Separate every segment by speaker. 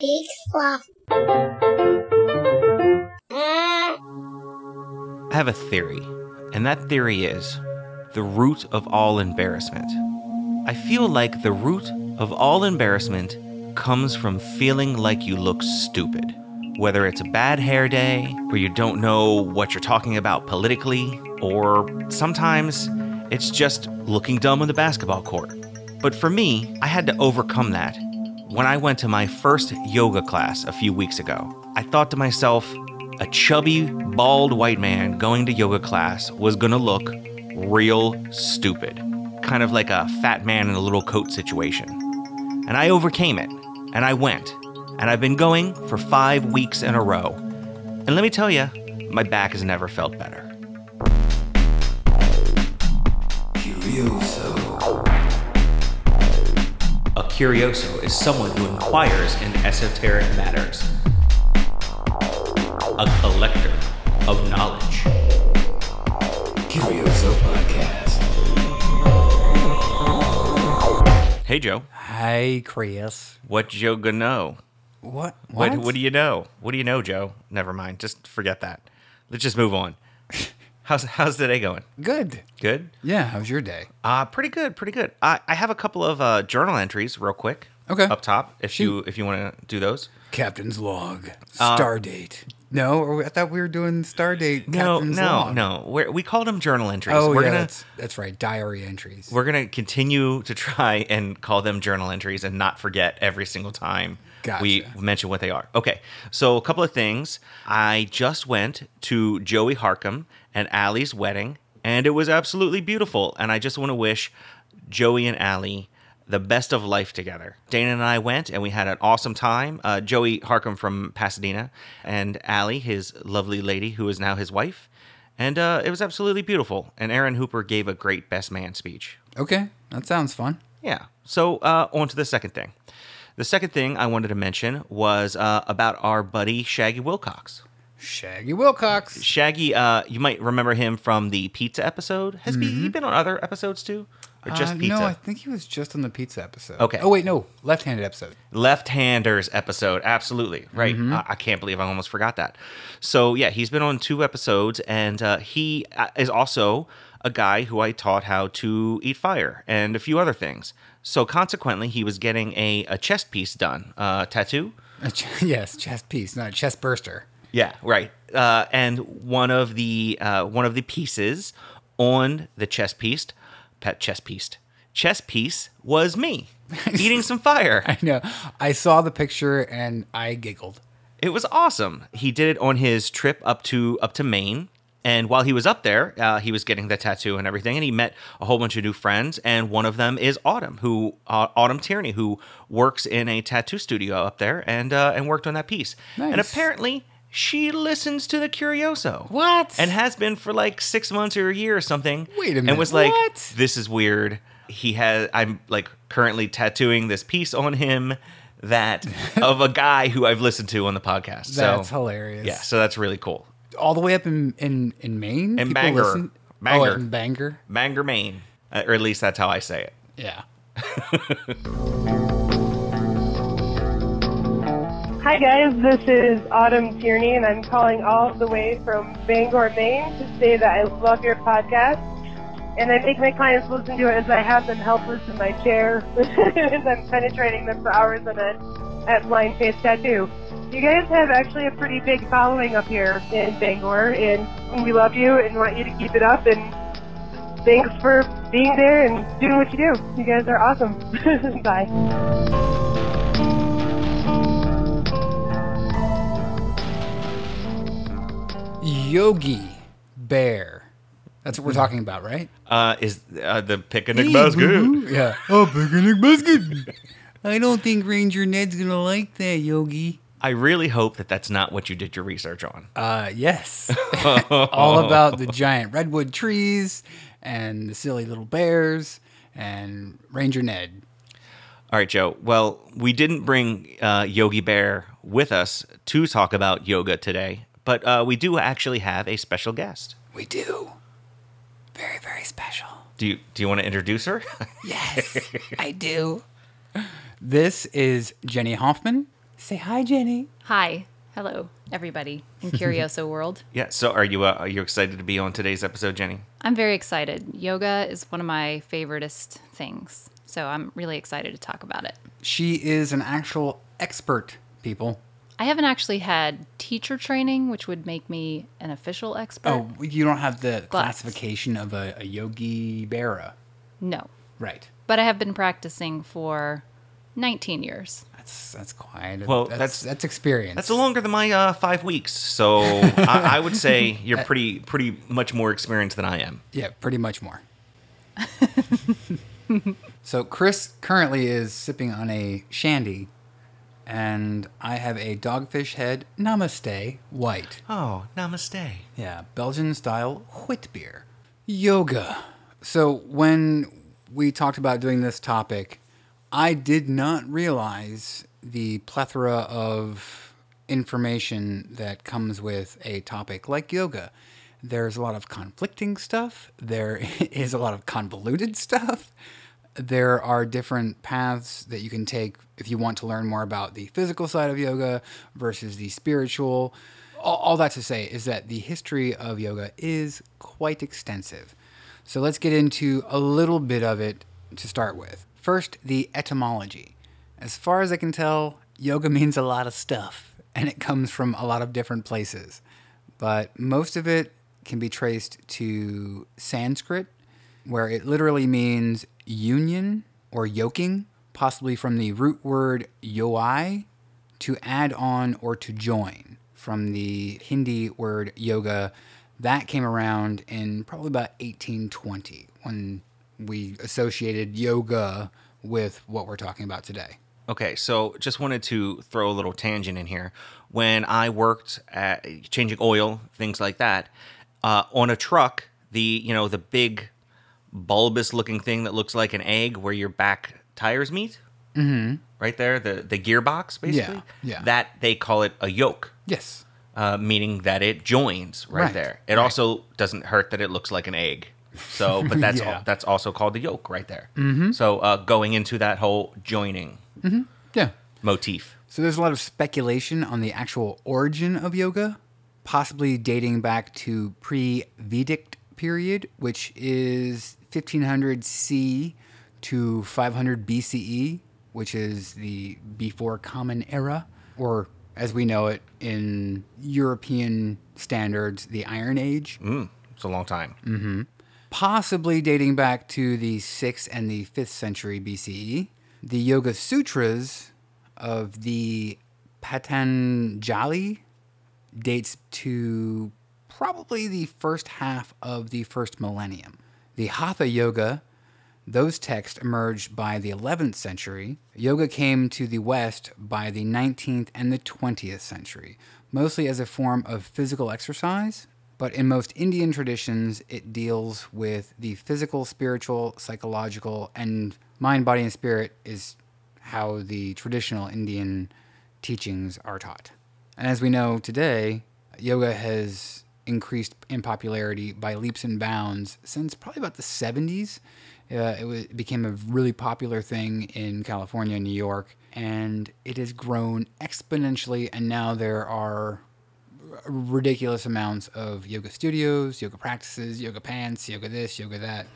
Speaker 1: Big fluff.
Speaker 2: I have a theory, and that theory is the root of all embarrassment. I feel like the root of all embarrassment comes from feeling like you look stupid. Whether it's a bad hair day, or you don't know what you're talking about politically, or sometimes it's just looking dumb on the basketball court. But for me, I had to overcome that. When I went to my first yoga class a few weeks ago, I thought to myself, a chubby, bald white man going to yoga class was gonna look real stupid. Kind of like a fat man in a little coat situation. And I overcame it, and I went, and I've been going for five weeks in a row. And let me tell you, my back has never felt better. A curioso is someone who inquires in esoteric matters, a collector of knowledge.
Speaker 3: Curioso Podcast.
Speaker 2: Hey, Joe,
Speaker 3: Hey, Chris.
Speaker 2: what Joe gonna know?
Speaker 3: What?
Speaker 2: What, what do you know? What do you know, Joe? Never mind. Just forget that. Let's just move on. How's how's the day going?
Speaker 3: Good.
Speaker 2: Good.
Speaker 3: Yeah. How's your day?
Speaker 2: Uh pretty good. Pretty good. I, I have a couple of uh, journal entries, real quick.
Speaker 3: Okay.
Speaker 2: Up top, if you if you want to do those.
Speaker 3: Captain's log.
Speaker 2: Uh,
Speaker 3: Stardate. no, or I thought we were doing Stardate.
Speaker 2: No,
Speaker 3: Captain's
Speaker 2: no,
Speaker 3: log.
Speaker 2: no. We're, we called them journal entries.
Speaker 3: Oh,
Speaker 2: we're
Speaker 3: yeah.
Speaker 2: gonna
Speaker 3: that's, that's right. Diary entries.
Speaker 2: we're gonna continue to try and call them journal entries and not forget every single time we
Speaker 3: Gotcha.
Speaker 2: mention what they are. Okay, so a couple of things. I just went to Joey Harkham and Allie's wedding, and it was absolutely beautiful. And I just want to wish Joey and Allie the best of life together. Dana and I went, and we had an awesome time. Uh, Joey Harkham from Pasadena, and Allie, his lovely lady, who is now his wife. And uh, it was absolutely beautiful. And Aaron Hooper gave a great best man speech.
Speaker 3: Okay. That sounds fun.
Speaker 2: Yeah. So uh, on to the second thing. The second thing I wanted to mention was uh, about our buddy Shaggy Wilcox.
Speaker 3: Shaggy Wilcox.
Speaker 2: Shaggy, uh, you might remember him from the pizza episode. Has he- he been on other episodes too, or just
Speaker 3: Mm-hmm. Uh,
Speaker 2: pizza?
Speaker 3: No, I think he was just on the pizza episode.
Speaker 2: Okay.
Speaker 3: Oh, wait, no. Left handed episode.
Speaker 2: Left-handers episode, absolutely right.
Speaker 3: Mm-hmm.
Speaker 2: I-, I can't believe I almost forgot that. So yeah, he's been on two episodes, and uh, he uh, is also a guy who I taught how to eat fire and a few other things. So consequently, he was getting a, a chest piece done, uh, tattoo.
Speaker 3: A ch- yes, chest piece, not chest burster.
Speaker 2: Yeah, right. Uh, and one of the uh, one of the pieces on the chess piece, pet chess piece, chess piece was me eating some fire.
Speaker 3: I know. I saw the picture and I giggled.
Speaker 2: It was awesome. He did it on his trip up to up to Maine. And while he was up there, uh, he was getting the tattoo and everything, and he met a whole bunch of new friends. And one of them is Autumn, who uh, Autumn Tierney, who works in a tattoo studio up there, and uh, and worked on that piece. And
Speaker 3: Nice.
Speaker 2: apparently, she listens to the Curioso.
Speaker 3: What?
Speaker 2: And has been for like six months or a year or something.
Speaker 3: Wait a
Speaker 2: And
Speaker 3: minute,
Speaker 2: was like,
Speaker 3: what?
Speaker 2: this is weird. He has, I'm like currently tattooing this piece on him that of a guy who I've listened to on the podcast.
Speaker 3: That's
Speaker 2: so,
Speaker 3: hilarious.
Speaker 2: Yeah, so that's really cool.
Speaker 3: all the way up in in, in Maine.
Speaker 2: In
Speaker 3: People
Speaker 2: Bangor.
Speaker 3: listen-
Speaker 2: Bangor.
Speaker 3: Oh, in Bangor.
Speaker 2: Bangor, Maine. Uh, or at least that's how I say it.
Speaker 3: Yeah.
Speaker 4: Hi guys, this is Autumn Tierney and I'm calling all the way from Bangor, Maine to say that I love your podcast and I make my clients listen to it as I have them helpless in my chair as I'm penetrating them for hours on end at Blind Face Tattoo. You guys have actually a pretty big following up here in Bangor and we love you and want you to keep it up and thanks for being there and doing what you do. You guys are awesome. Bye.
Speaker 3: Yogi Bear. That's what
Speaker 2: Hmm.
Speaker 3: we're talking about, right?
Speaker 2: Uh, is uh, the picnic basket?
Speaker 3: Yeah. Oh, picnic basket. I don't think Ranger Ned's gonna like that, Yogi.
Speaker 2: I really hope that that's not what you did your research on.
Speaker 3: Uh, yes. All about the giant redwood trees and the silly little bears and Ranger Ned.
Speaker 2: All right, Joe. Well, we didn't bring uh, Yogi Bear with us to talk about yoga today, but uh, we do actually have a special guest.
Speaker 3: We do. Very, very special.
Speaker 2: Do you do you want to introduce her?
Speaker 3: Yes, I do. This is Jenny Hoffman, Say hi, Jenny.
Speaker 1: Hi. Hello, everybody in Curioso World.
Speaker 2: Yeah. So, are you uh, are you excited to be on today's episode, Jenny?
Speaker 1: I'm very excited. Yoga is one of my favoriteest things. So, I'm really excited to talk about it.
Speaker 3: She is an actual expert, people.
Speaker 1: I haven't actually had teacher training, which would make me an official expert.
Speaker 3: Oh, you don't have the
Speaker 1: But-
Speaker 3: classification of a, a yogi berra.
Speaker 1: No.
Speaker 3: Right.
Speaker 1: But I have been practicing for 19 years.
Speaker 3: That's that's quite. A,
Speaker 2: Well,
Speaker 3: that's
Speaker 2: that's-
Speaker 3: that's experience.
Speaker 2: That's longer than my uh, five weeks, so I, I would say you're pretty pretty much more experienced than I am.
Speaker 3: Yeah, pretty much more. so Chris currently is sipping on a shandy, and I have a dogfish head Namaste white.
Speaker 2: Oh, namaste.
Speaker 3: Yeah, Belgian style wheat beer. Yoga. So when we talked about doing this topic, I did not realize the plethora of information that comes with a topic like yoga. There's a lot of conflicting stuff. There is a lot of convoluted stuff. There are different paths that you can take if you want to learn more about the physical side of yoga versus the spiritual. All, all that to say is that the history of yoga is quite extensive. So let's get into a little bit of it to start with. First, the etymology. As far as I can tell, yoga means a lot of stuff, and it comes from a lot of different places. But most of it can be traced to Sanskrit, where it literally means union or yoking, possibly from the root word yoi, to add on or to join from the Hindi word yoga. That came around in probably about 1820 when we associated yoga with what we're talking about today.
Speaker 2: Okay, so just wanted to throw a little tangent in here. When I worked at changing oil, things like that, uh, on a truck, the you know the big bulbous looking thing that looks like an egg where your back tires meet, mm-hmm. right there, the the gearbox basically.
Speaker 3: yeah.
Speaker 2: That they call it a yoke.
Speaker 3: Yes.
Speaker 2: uh, meaning that it joins right,
Speaker 3: Right,
Speaker 2: there. It also doesn't hurt that it looks like an egg. So, but that's
Speaker 3: Yeah.
Speaker 2: al- that's also called the yolk right there. Mm-hmm. So, uh, going into that whole joining
Speaker 3: Yeah.
Speaker 2: motif.
Speaker 3: So there's a lot of speculation on the actual origin of yoga, possibly dating back to pre-Vedic period, which is 1500 C to 500 BCE, E, which is the before common era or as we know it in European standards, the Iron Age
Speaker 2: Mm, it's a long time.
Speaker 3: possibly dating back to the 6th and the 5th century BCE. The Yoga Sutras of the Patanjali dates to probably the first half of the first millennium. The Hatha Yoga, those texts emerged by the 11th century. Yoga came to the West by the 19th and the 20th century, mostly as a form of physical exercise. But in most Indian traditions, it deals with the physical, spiritual, psychological, and mind, body, and spirit is how the traditional Indian teachings are taught. And as we know today, yoga has increased in popularity by leaps and bounds since probably about the 70s. Uh, it, was, it became a really popular thing in California and New York, and it has grown exponentially. And now there are r- ridiculous amounts of yoga studios, yoga practices, yoga pants, yoga this, yoga that.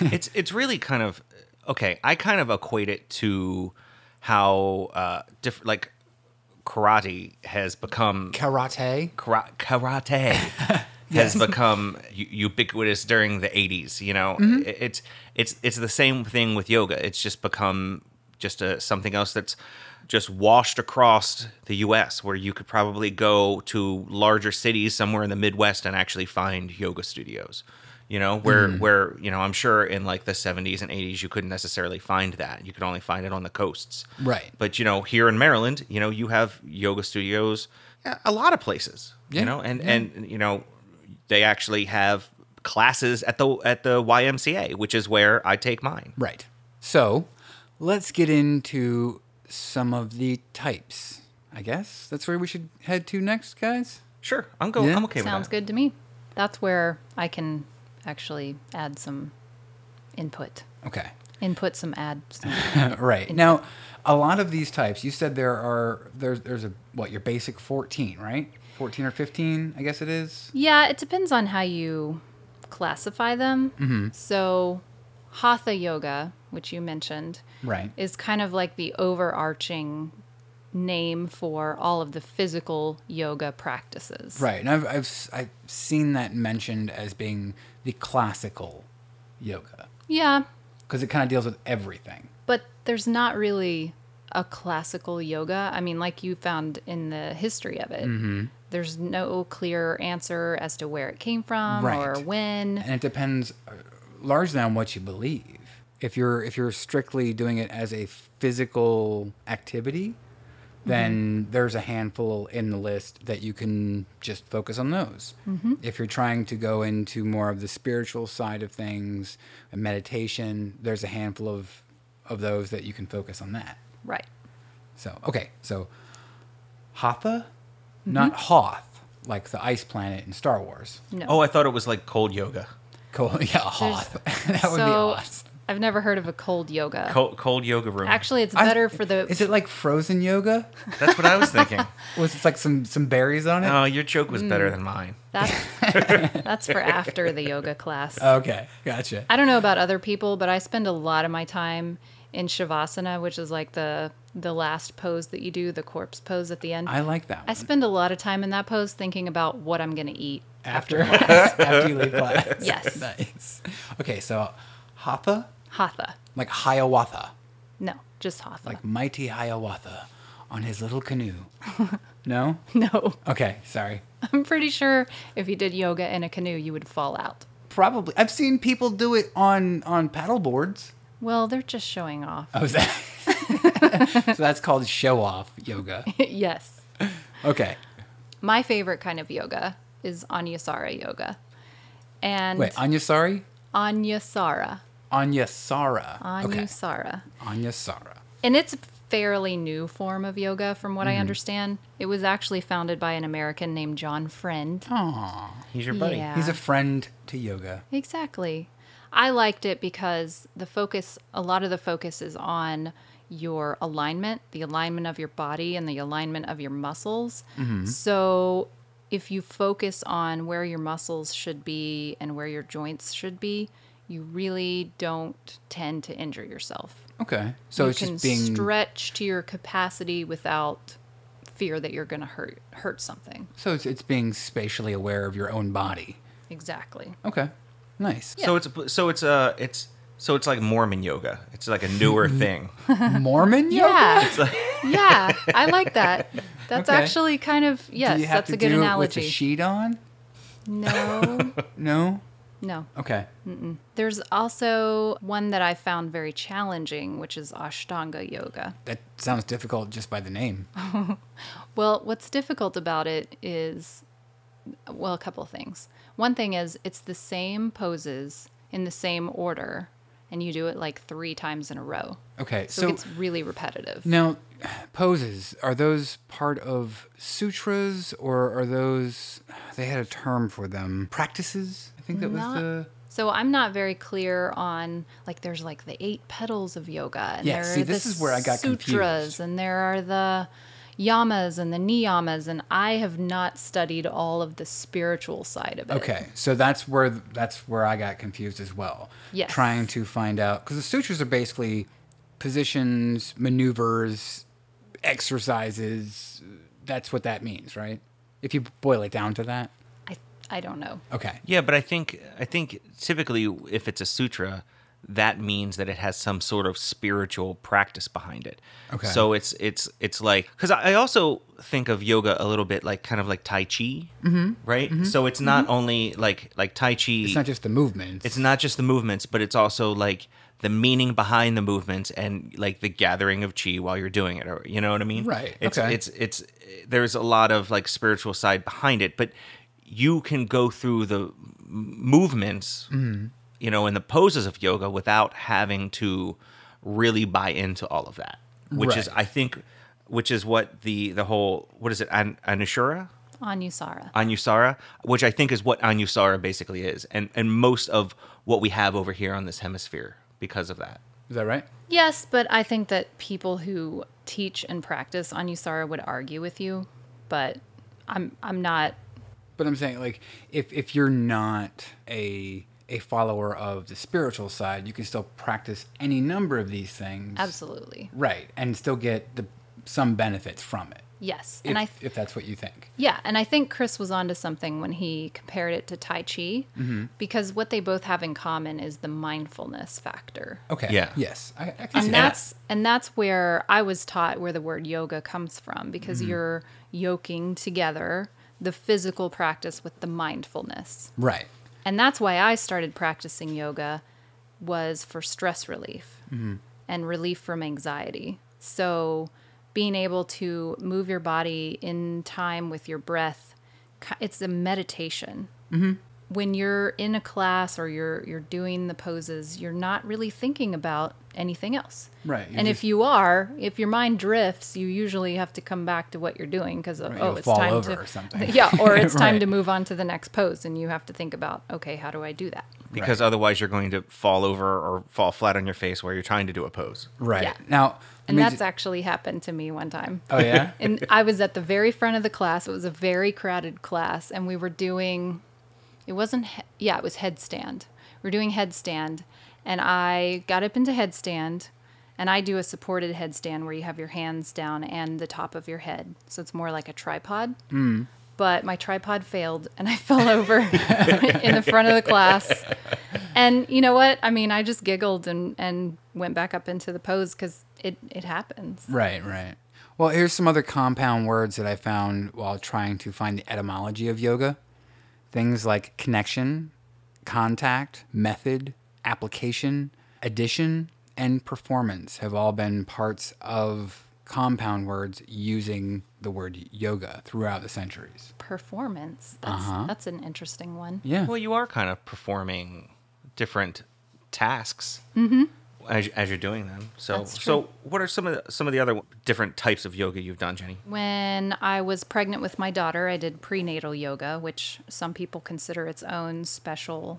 Speaker 2: it's it's really kind of okay. I kind of equate it to how uh, different, like karate has become
Speaker 3: Karate.
Speaker 2: kara- karate has become u- ubiquitous during the 80s you know I- it's it's it's the same thing with yoga it's just become just a, something else that's just washed across the US where you could probably go to larger cities somewhere in the Midwest and actually find yoga studios you know where where you know I'm sure in like the 70s and 80s you couldn't necessarily find that you could only find it on the coasts
Speaker 3: Right.
Speaker 2: but you know here in maryland you know you have yoga studios uh, a- a lot of places
Speaker 3: Yeah,
Speaker 2: you know and and you know they actually have classes at the at the ymca which is where i take mine
Speaker 3: Right. So let's get into some of the types. I guess that's where we should head to next, guys.
Speaker 2: sure i'm go
Speaker 3: Yeah.
Speaker 2: i'm okay
Speaker 1: Sounds
Speaker 2: with that
Speaker 1: good to me. That's where I can actually add some input.
Speaker 3: Okay.
Speaker 1: Input some add some.
Speaker 3: right. Now, a lot of these types, you said there are there's there's a what your basic fourteen, right? Fourteen or fifteen, I guess it is.
Speaker 1: Yeah, it depends on how you classify them.
Speaker 3: Mm-hmm.
Speaker 1: So, hatha yoga, which you mentioned,
Speaker 3: Right.
Speaker 1: is kind of like the overarching name for all of the physical yoga practices.
Speaker 3: Right, and I've, I've s- I've seen that mentioned as being the classical yoga
Speaker 1: Yeah,
Speaker 3: because it kind of deals with everything.
Speaker 1: but there's not really a classical yoga. I mean, like you found in the history of it,
Speaker 3: Mm-hmm.
Speaker 1: there's no clear answer as to where it came from or
Speaker 3: Right.
Speaker 1: when.
Speaker 3: and it depends uh, largely on what you believe. If you're if you're strictly doing it as a physical activity, then there's a handful in the list that you can just focus on those. If you're trying to go into more of the spiritual side of things, and meditation, there's a handful of of those that you can focus on that.
Speaker 1: Right.
Speaker 3: So okay, so Hatha, not Hoth, like the ice planet in Star Wars.
Speaker 1: No.
Speaker 2: Oh, I thought it was like cold yoga.
Speaker 3: Cool. Yeah, Hoth. that would be
Speaker 1: so
Speaker 3: awesome.
Speaker 1: I've never heard of a cold yoga.
Speaker 2: Cold, cold yoga room.
Speaker 1: Actually, it's
Speaker 3: I-
Speaker 1: better for the.
Speaker 3: Is it like frozen yoga?
Speaker 2: that's what I was thinking.
Speaker 3: Was it like some some berries on it?
Speaker 2: Oh, your joke was
Speaker 1: Mm.
Speaker 2: better than mine.
Speaker 1: that's, that's for after the yoga class.
Speaker 3: okay, gotcha.
Speaker 1: I don't know about other people, but I spend a lot of my time in shavasana, which is like the the last pose that you do, the corpse pose at the end.
Speaker 3: I like that.
Speaker 1: I
Speaker 3: One.
Speaker 1: spend a lot of time in that pose thinking about what I'm going to eat.
Speaker 3: after class, after you leave class.
Speaker 1: Yes.
Speaker 3: nice. Okay, so Hatha,
Speaker 1: Hatha.
Speaker 3: like Hiawatha,
Speaker 1: No, just Hatha.
Speaker 3: like mighty Hiawatha, on his little canoe. no.
Speaker 1: no.
Speaker 3: Okay, sorry.
Speaker 1: I'm pretty sure if you did yoga in a canoe, you would fall out.
Speaker 3: Probably. I've seen people do it on on paddle boards.
Speaker 1: Well, they're just showing off.
Speaker 3: Oh, is that? so that's called show off yoga.
Speaker 1: yes.
Speaker 3: Okay.
Speaker 1: My favorite kind of yoga is Anyasara yoga. And
Speaker 3: Wait, Anyasari?
Speaker 1: Anyasara.
Speaker 3: Anyasara. Okay.
Speaker 1: Anyasara.
Speaker 3: Anyasara.
Speaker 1: And it's a fairly new form of yoga from what I understand. It was actually founded by an American named John Friend.
Speaker 3: Oh.
Speaker 2: He's your buddy.
Speaker 1: Yeah.
Speaker 3: He's a friend to yoga.
Speaker 1: Exactly. I liked it because the focus, a lot of the focus is on your alignment, the alignment of your body and the alignment of your muscles. So if you focus on where your muscles should be and where your joints should be, you really don't tend to injure yourself.
Speaker 3: Okay. So
Speaker 1: you
Speaker 3: it's
Speaker 1: can
Speaker 3: just being
Speaker 1: stretch to your capacity without fear that you're going to hurt hurt something.
Speaker 3: so it's, it's being spatially aware of your own body.
Speaker 1: Exactly.
Speaker 3: Okay. Nice.
Speaker 2: So it's so it's uh it's so it's like Mormon yoga. It's like a newer thing.
Speaker 3: Mormon yoga?
Speaker 1: Yeah. yeah, I like that. That's
Speaker 3: Okay.
Speaker 1: actually kind of yes,
Speaker 3: do you have
Speaker 1: that's
Speaker 3: to
Speaker 1: a good
Speaker 3: do
Speaker 1: analogy.
Speaker 3: it with a sheet on?
Speaker 1: no.
Speaker 3: No.
Speaker 1: No.
Speaker 3: Okay.
Speaker 1: Mm. There's also one that I found very challenging, which is Ashtanga yoga.
Speaker 3: That sounds difficult just by the name.
Speaker 1: Oh, Well, what's difficult about it is, well, a couple of things. One thing is it's the same poses in the same order, and you do it like three times in a row.
Speaker 3: Okay.
Speaker 1: So,
Speaker 3: So,
Speaker 1: it's really repetitive.
Speaker 3: now poses are those part of sutras or are those they had a term for them practices? I think that was
Speaker 1: Not-
Speaker 3: the
Speaker 1: So I'm not very clear on like there's like the eight petals of yoga. And
Speaker 3: Yeah,
Speaker 1: there
Speaker 3: see,
Speaker 1: are the
Speaker 3: this is where I got
Speaker 1: sutras,
Speaker 3: confused.
Speaker 1: and there are the yamas and the niyamas, and I have not studied all of the spiritual side of it.
Speaker 3: Okay, so that's where that's where I got confused as well.
Speaker 1: Yes.
Speaker 3: Trying to find out because the sutras are basically positions, maneuvers, exercises. That's what that means, right? If you boil it down to that.
Speaker 1: I I don't know.
Speaker 3: Okay.
Speaker 2: Yeah, but I think I think typically if it's a sutra, that means that it has some sort of spiritual practice behind it.
Speaker 3: Okay.
Speaker 2: So it's it's it's like because I I also think of yoga a little bit like kind of like Tai Chi, right? So it's not only like like Tai Chi.
Speaker 3: Mm-hmm. It's not just the movements.
Speaker 2: it's not just the movements, but it's also like the meaning behind the movements and like the gathering of chi while you're doing it. Or you know what I mean?
Speaker 3: Right,
Speaker 2: It's
Speaker 3: okay.
Speaker 2: it's it's there's a lot of like spiritual side behind it, but you can go through the m- movements,
Speaker 3: Mm-hmm.
Speaker 2: you know, and the poses of yoga without having to really buy into all of that, which is
Speaker 3: Right.
Speaker 2: I think, which is what the the whole what is it An- Anushura
Speaker 1: Anusara.
Speaker 2: Anusara, which I think is what Anusara basically is, and and most of what we have over here on this hemisphere because of that.
Speaker 3: Is that right?
Speaker 1: Yes, but I think that people who teach and practice Anusara would argue with you, but I'm I'm not
Speaker 3: But I'm saying like if if you're not a a follower of the spiritual side, you can still practice any number of these things.
Speaker 1: absolutely.
Speaker 3: Right, and still get the some benefits from it.
Speaker 1: Yes.
Speaker 3: If,
Speaker 1: and I
Speaker 3: if that's what you think.
Speaker 1: Yeah, and I think Chris was onto something when he compared it to Tai Chi
Speaker 3: Mm-hmm.
Speaker 1: because what they both have in common is the mindfulness factor.
Speaker 3: Okay.
Speaker 2: Yeah.
Speaker 3: Yes. I, I can see
Speaker 1: And
Speaker 3: that.
Speaker 1: that's and that's where I was taught where the word yoga comes from because
Speaker 3: Mm-hmm.
Speaker 1: you're yoking together the physical practice with the mindfulness.
Speaker 3: Right.
Speaker 1: And that's why I started practicing yoga was for stress relief
Speaker 3: Mm-hmm.
Speaker 1: and relief from anxiety. So being able to move your body in time with your breath, ki- it's a meditation.
Speaker 3: Mm-hmm.
Speaker 1: When you're in a class or you're you're doing the poses, you're not really thinking about anything else.
Speaker 3: Right, you're
Speaker 1: and
Speaker 3: just-
Speaker 1: if you are, if your mind drifts, you usually have to come back to what you're doing because oh,
Speaker 3: you'll
Speaker 1: it's
Speaker 3: fall
Speaker 1: time
Speaker 3: over
Speaker 1: to
Speaker 3: or something.
Speaker 1: yeah, or it's time
Speaker 3: Right.
Speaker 1: to move on to the next pose, and you have to think about okay, how do I do that?
Speaker 2: because otherwise you're going to fall over or fall flat on your face while you're trying to do a pose.
Speaker 3: Right.
Speaker 1: Yeah.
Speaker 3: Now, let
Speaker 1: And
Speaker 3: me
Speaker 1: that's
Speaker 3: ju-
Speaker 1: actually happened to me one time.
Speaker 3: Oh yeah.
Speaker 1: and I was at the very front of the class. It was a very crowded class, and we were doing. It wasn't. he- Yeah, it was headstand. We were doing headstand, and I got up into headstand, and I do a supported headstand where you have your hands down and the top of your head, so it's more like a tripod. But my tripod failed, and I fell over in the front of the class. And you know what? I mean, I just giggled and and went back up into the pose because it it happens.
Speaker 3: Right, right. Well, here's some other compound words that I found while trying to find the etymology of yoga. Things like connection, contact, method, application, addition, and performance have all been parts of compound words using the word yoga throughout the centuries.
Speaker 1: performance. That's that's an interesting one.
Speaker 3: Uh-huh. Yeah.
Speaker 2: Well, you are kind of performing different tasks as, as you're doing them. So,
Speaker 1: That's true.
Speaker 2: so what are some of the, some of the other different types of yoga you've done, Jenny?
Speaker 1: When I was pregnant with my daughter, I did prenatal yoga, which some people consider its own special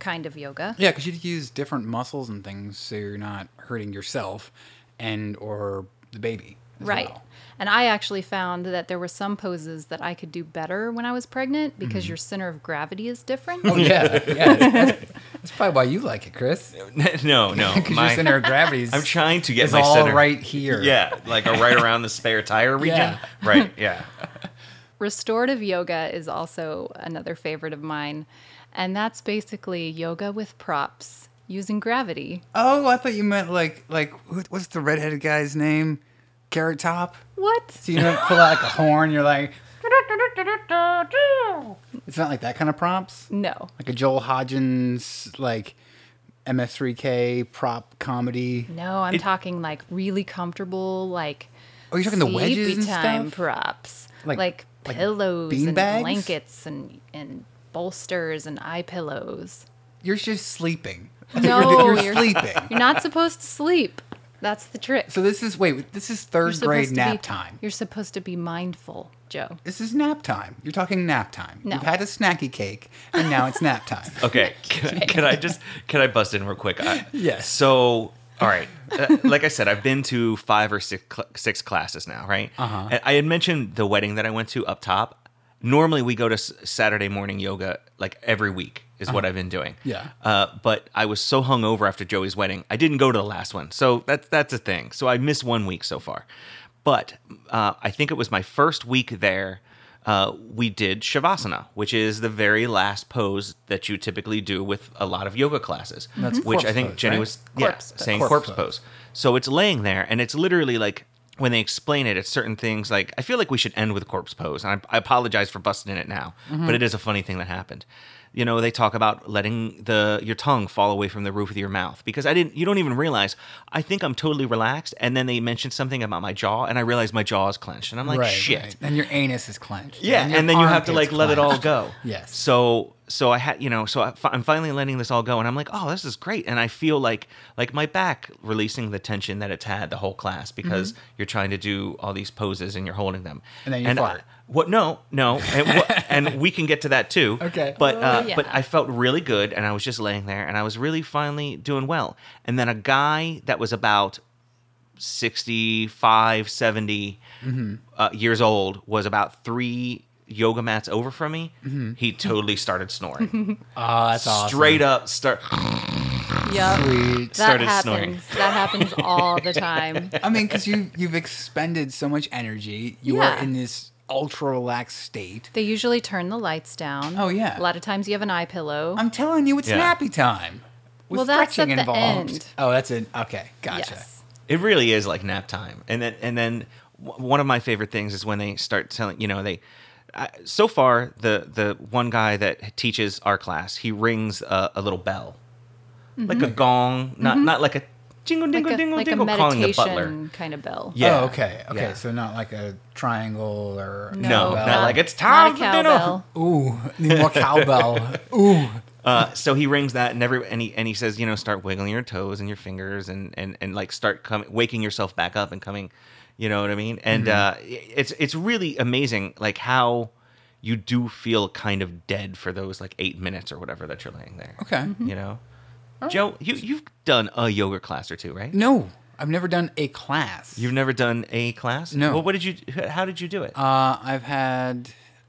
Speaker 1: kind of yoga.
Speaker 3: Mm-hmm. Yeah, because you use different muscles and things so you're not hurting yourself and or the baby. as
Speaker 1: Right.
Speaker 3: well.
Speaker 1: And I actually found that there were some poses that I could do better when I was pregnant because your center of gravity is different.
Speaker 3: Mm-hmm. Oh yeah, yeah. That's, that's probably why you like it, Chris.
Speaker 2: no, no,
Speaker 3: Because your
Speaker 2: my-
Speaker 3: center of gravity is,
Speaker 2: I'm trying to get
Speaker 3: is
Speaker 2: my
Speaker 3: all
Speaker 2: center
Speaker 3: right here.
Speaker 2: Yeah, like a right around the spare tire region.
Speaker 3: Yeah.
Speaker 2: Right. Yeah.
Speaker 1: Restorative yoga is also another favorite of mine, and that's basically yoga with props using gravity.
Speaker 3: Oh, I thought you meant like like who- what's the redheaded guy's name? Carrot Top.
Speaker 1: What?
Speaker 3: So you don't pull out like a horn. You're like. It's not like that kind of props.
Speaker 1: No.
Speaker 3: Like a Joel Hodgins like MS3K prop comedy.
Speaker 1: No, I'm talking like really comfortable, like
Speaker 3: Oh, you're talking the
Speaker 1: sleepy
Speaker 3: wedges and
Speaker 1: time
Speaker 3: stuff?
Speaker 1: props,
Speaker 3: Like-
Speaker 1: like,
Speaker 3: like
Speaker 1: pillows
Speaker 3: bean
Speaker 1: and
Speaker 3: bags?
Speaker 1: blankets and and bolsters and eye pillows.
Speaker 3: You're just sleeping.
Speaker 1: No,
Speaker 3: you're,
Speaker 1: you're-
Speaker 3: sleeping.
Speaker 1: You're not supposed to sleep. That's the trick.
Speaker 3: So this is wait. This is
Speaker 1: You're
Speaker 3: third
Speaker 1: supposed
Speaker 3: grade
Speaker 1: to
Speaker 3: nap
Speaker 1: be,
Speaker 3: time.
Speaker 1: You're supposed to be mindful, Joe.
Speaker 3: This is nap time. You're talking nap time.
Speaker 1: No.
Speaker 3: You've had a snacky cake, and now it's nap time.
Speaker 2: Okay. Can, I- can I just can I bust in real quick? I,
Speaker 3: Yes.
Speaker 2: So, all right. Uh, like I said, I've been to five or six cl- six classes now, right? Uh-huh. And I had mentioned the wedding that I went to up top. Normally, we go to s- Saturday morning yoga like every week is what I've been doing.
Speaker 3: Yeah.
Speaker 2: Uh, but I was so hungover after Joey's wedding, I didn't go to the last one. So that's that's a thing. So I missed one week so far. But uh, I think it was my first week there. Uh, we did shavasana, which is the very last pose that you typically do with a lot of yoga classes, which I
Speaker 3: corpse
Speaker 2: think
Speaker 3: pose,
Speaker 2: Jenny
Speaker 3: right?
Speaker 2: was
Speaker 1: Corpse
Speaker 2: yeah,
Speaker 1: pose.
Speaker 2: saying
Speaker 3: Corpse
Speaker 2: corpse,
Speaker 3: pose.
Speaker 2: pose. So it's laying there, and it's literally like when they explain it, it's certain things like I feel like we should end with corpse pose, and I, I apologize for busting in it now,
Speaker 3: Mm-hmm.
Speaker 2: but it is a funny thing that happened. You know, they talk about letting the your tongue fall away from the roof of your mouth because I didn't. You don't even realize. I think I'm totally relaxed, and then they mentioned something about my jaw, and I realized my jaw is clenched, and I'm like, shit.
Speaker 3: right. And your anus is clenched.
Speaker 2: Yeah, and,
Speaker 3: your
Speaker 2: then you have to like
Speaker 3: armpit's
Speaker 2: let it all
Speaker 3: clenched.
Speaker 2: go.
Speaker 3: Yes.
Speaker 2: So so I had you know so I fi- I'm finally letting this all go, and I'm like, oh, this is great, and I feel like like my back releasing the tension that it's had the whole class because you're trying to do all these poses and you're holding them,
Speaker 3: Mm-hmm. And then you fart.
Speaker 2: I, What? No, no, and, wha- and we can get to that too.
Speaker 3: Okay.
Speaker 2: but uh,
Speaker 1: Oh, yeah.
Speaker 2: but I felt really good, and I was just laying there, and I was really finally doing well. And then a guy that was about 65, 70
Speaker 3: Mm-hmm.
Speaker 2: uh, years old was about three yoga mats over from me. He totally started snoring,
Speaker 3: Oh, Mm-hmm. that's awesome.
Speaker 2: straight up. Start.
Speaker 1: Yep.
Speaker 3: Sweet.
Speaker 1: That
Speaker 2: Started
Speaker 1: happens.
Speaker 2: snoring.
Speaker 1: That happens all the time.
Speaker 3: I mean, because you you've expended so much energy. You
Speaker 1: Yeah.
Speaker 3: are in this ultra relaxed state.
Speaker 1: They usually turn the lights down.
Speaker 3: Oh, yeah.
Speaker 1: A lot of times you have an eye pillow.
Speaker 3: I'm telling you, it's
Speaker 2: Yeah.
Speaker 3: nappy time. With
Speaker 1: Well, that's
Speaker 3: stretching
Speaker 1: at the
Speaker 3: involved.
Speaker 1: end.
Speaker 3: Oh, that's it. Okay, gotcha.
Speaker 1: Yes.
Speaker 2: It really is like nap time. And then and then w- one of my favorite things is when they start telling you know they. I, so far, the the one guy that teaches our class, he rings a, a little bell, like a gong, not not like a jingle
Speaker 1: Mm-hmm. Like
Speaker 2: dingle
Speaker 1: a,
Speaker 2: dingle
Speaker 1: like a
Speaker 2: dingle, calling the butler.
Speaker 1: meditation kind of bell.
Speaker 2: Yeah.
Speaker 3: Oh, okay. Okay.
Speaker 2: Yeah.
Speaker 3: So not like a triangle or a
Speaker 2: No,
Speaker 3: cowbell.
Speaker 2: not like it's
Speaker 1: Not
Speaker 2: time
Speaker 1: a
Speaker 2: for dinner.
Speaker 1: cowbell.
Speaker 3: Ooh, need more cowbell. Ooh.
Speaker 2: Uh, so he rings that, and every and he and he says, you know, start wiggling your toes and your fingers, and and and like start coming, waking yourself back up and coming, you know what I mean? And
Speaker 3: Mm-hmm.
Speaker 2: uh, i- it's it's really amazing, like how you do feel kind of dead for those like eight minutes or whatever that you're laying there.
Speaker 3: Okay. Mm-hmm.
Speaker 2: you know, Joe, you you've done a yoga class or two, right?
Speaker 3: No, I've never done a class.
Speaker 2: You've never done a class?
Speaker 3: No.
Speaker 2: Well, what did you? How did you do it?
Speaker 3: Uh, I've had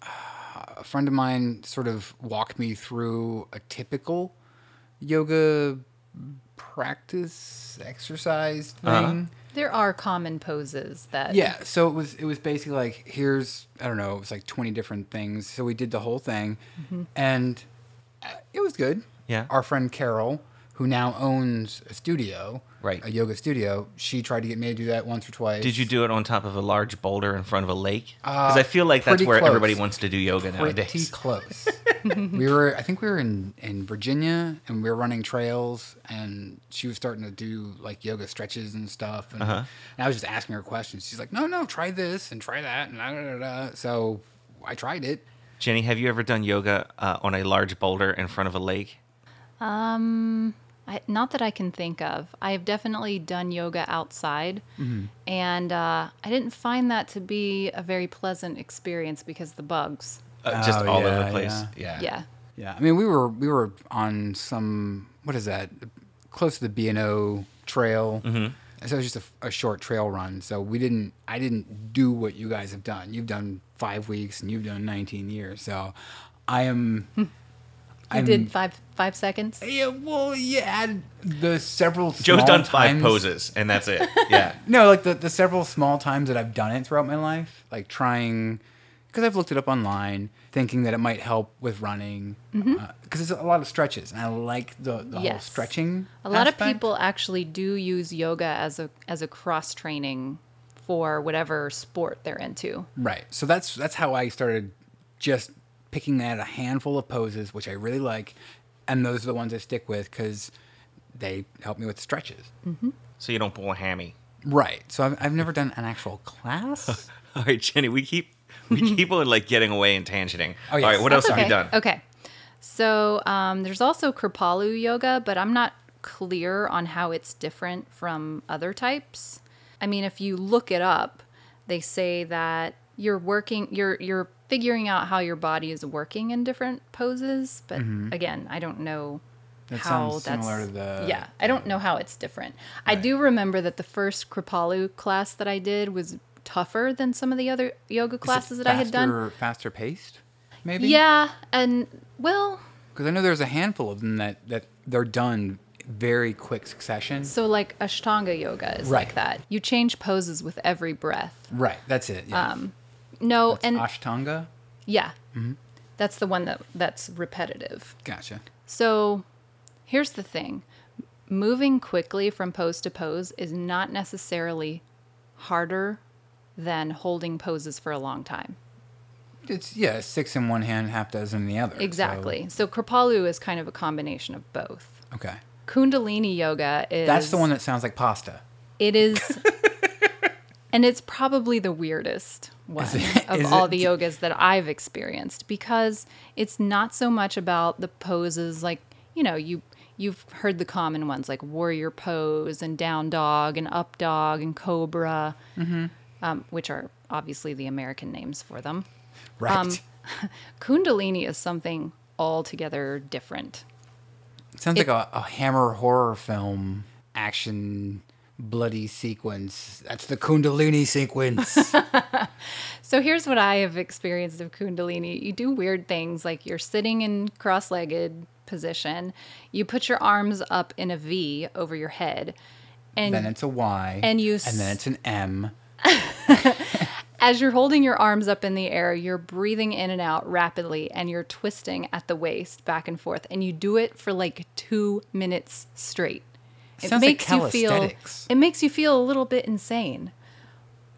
Speaker 3: uh, a friend of mine sort of walk me through a typical yoga practice exercise thing.
Speaker 1: There are common poses that.
Speaker 3: Yeah, so it was it was basically like here's I don't know it was like twenty different things. So we did the whole thing, and uh, it was good.
Speaker 2: Mm-hmm. Yeah.
Speaker 3: our friend Carol, who now owns a studio,
Speaker 2: Right.
Speaker 3: a yoga studio, she tried to get me to do that once or twice.
Speaker 2: Did you do it on top of a large boulder in front of a lake? Because I feel like that's
Speaker 3: Uh, pretty
Speaker 2: where
Speaker 3: close.
Speaker 2: everybody wants to do yoga
Speaker 3: pretty
Speaker 2: nowadays.
Speaker 3: close. we were, I think we were in, in Virginia and we were running trails and she was starting to do like yoga stretches and stuff. And,
Speaker 2: Uh-huh.
Speaker 3: and I was just asking her questions. She's like, no, no, try this and try that. And da, da, da, da. So I tried it.
Speaker 2: Jenny, have you ever done yoga uh, on a large boulder in front of a lake?
Speaker 1: I, not that I can think of. I have definitely done yoga outside, and uh, I didn't find that to be a very pleasant experience because the bugs.
Speaker 2: Uh, just
Speaker 3: Oh,
Speaker 2: all
Speaker 3: yeah,
Speaker 2: over the place. Yeah.
Speaker 1: Yeah.
Speaker 3: Yeah. I mean, we were, we were on some, what is that? Close to the B&O trail. Mm-hmm. So it was just a, a short trail run. So we didn't, I didn't do what you guys have done. You've done five weeks and you've done 19 years. So I am
Speaker 2: Hmm.
Speaker 1: You did five five seconds.
Speaker 3: Yeah, well, you add the several.
Speaker 2: Joe's
Speaker 3: small
Speaker 2: done five
Speaker 3: times-
Speaker 2: poses, and that's it. Yeah.
Speaker 3: No, like the, the several small times that I've done it throughout my life, like trying, because I've looked it up online, thinking that it might help with running, because it's a lot of stretches, and I like the, the whole
Speaker 1: Mm-hmm. Yes.
Speaker 3: stretching.
Speaker 1: A lot of
Speaker 3: aspect.
Speaker 1: people actually do use yoga as a as a cross training for whatever sport they're into.
Speaker 3: Right. So that's that's how I started just picking at a handful of poses which I really like and those are the ones I stick with cuz they help me with stretches.
Speaker 1: Mm.
Speaker 2: so you don't pull a hammy.
Speaker 3: Right. So I've, I've never done an actual class.
Speaker 2: All right, Jenny, we keep we keep on like getting away and tangenting.
Speaker 3: Oh, yes.
Speaker 2: All right, what
Speaker 1: That's
Speaker 2: else
Speaker 1: okay.
Speaker 2: have you done?
Speaker 1: Okay. So um, there's also Kripalu yoga, but I'm not clear on how it's different from other types. I mean, if you look it up, they say that you're working, you're you're figuring out how your body is working in different poses. But
Speaker 2: Mm-hmm.
Speaker 1: again, I don't know
Speaker 3: That
Speaker 1: how
Speaker 3: sounds
Speaker 1: that's
Speaker 3: similar to the-
Speaker 1: yeah. I don't know how it's different. I do remember that the first Kripalu class that I did was tougher than some of the other yoga classes that I had done.
Speaker 3: Faster- Faster paced, maybe.
Speaker 1: Yeah, and well,
Speaker 3: because I know there's a handful of them that that they're done very quick succession.
Speaker 1: so like Ashtanga yoga is
Speaker 3: Right.
Speaker 1: like that. You change poses with every breath.
Speaker 3: right. That's it. Yeah.
Speaker 1: No,
Speaker 3: That's
Speaker 1: uh,
Speaker 3: Mm-hmm.
Speaker 1: and
Speaker 3: Ashtanga.
Speaker 1: yeah, that's the one that that's repetitive.
Speaker 3: Gotcha.
Speaker 1: So here's the thing: moving quickly from pose to pose is not necessarily harder than holding poses for a long time.
Speaker 3: It's yeah, six in one hand, half dozen in the other. so-
Speaker 1: Exactly. So, Kripalu is kind of a combination of both.
Speaker 3: okay.
Speaker 1: Kundalini yoga is
Speaker 3: That's the one that sounds like pasta.
Speaker 1: It is, and it's probably the weirdest one
Speaker 3: it-
Speaker 1: of
Speaker 3: is
Speaker 1: all
Speaker 3: it-
Speaker 1: the yogas that I've experienced because it's not so much about the poses like you know you you've heard the common ones like warrior
Speaker 3: Mm-hmm.
Speaker 1: pose and down dog and up dog and cobra, um, which are obviously the American names for them.
Speaker 3: Right.
Speaker 1: Um, Kundalini is something altogether different.
Speaker 3: Sounds like a, a hammer horror film action bloody sequence. That's the Kundalini sequence.
Speaker 1: So here's what I have experienced of Kundalini. You do weird things like you're sitting in cross legged position, you put your arms up in a V over your head. And
Speaker 3: then it's a Y.
Speaker 1: And you
Speaker 3: And then it's an M.
Speaker 1: as you're holding your arms up in the air, you're breathing in and out rapidly and you're twisting at the waist back and forth. And you do it for like two minutes straight. It
Speaker 3: Sounds like
Speaker 1: makes you feel
Speaker 3: calisthenics.
Speaker 1: it makes you feel a little bit insane.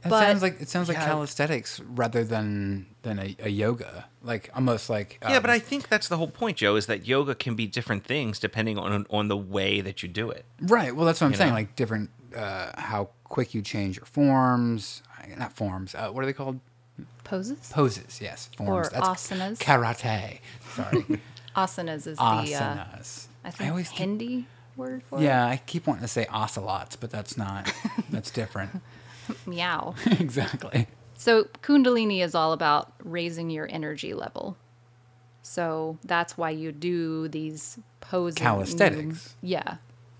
Speaker 3: It
Speaker 1: But-
Speaker 3: sounds like it sounds like
Speaker 2: Yeah.
Speaker 3: calisthenics rather than than a, a yoga. Like almost like
Speaker 2: Yeah, but
Speaker 3: um,
Speaker 2: I think that's the whole point, Joe, is that yoga can be different things depending on on the way that you do it.
Speaker 3: Right. Well, that's what I'm saying.
Speaker 2: know?
Speaker 3: Like different, uh, how quick you change your forms. Not forms. Uh, what are they called?
Speaker 1: Poses?
Speaker 3: Poses. Yes, forms.
Speaker 1: Or asanas.
Speaker 3: Karate. Sorry.
Speaker 1: Asanas is the uh,
Speaker 3: asanas.
Speaker 1: I think Hindi word for
Speaker 3: Keep, yeah, I keep wanting to say ocelots, but that's not. that's different.
Speaker 1: it. Meow.
Speaker 3: exactly.
Speaker 1: So Kundalini is all about raising your energy level. So that's why you do these posing
Speaker 3: Calisthenics.
Speaker 1: Yeah.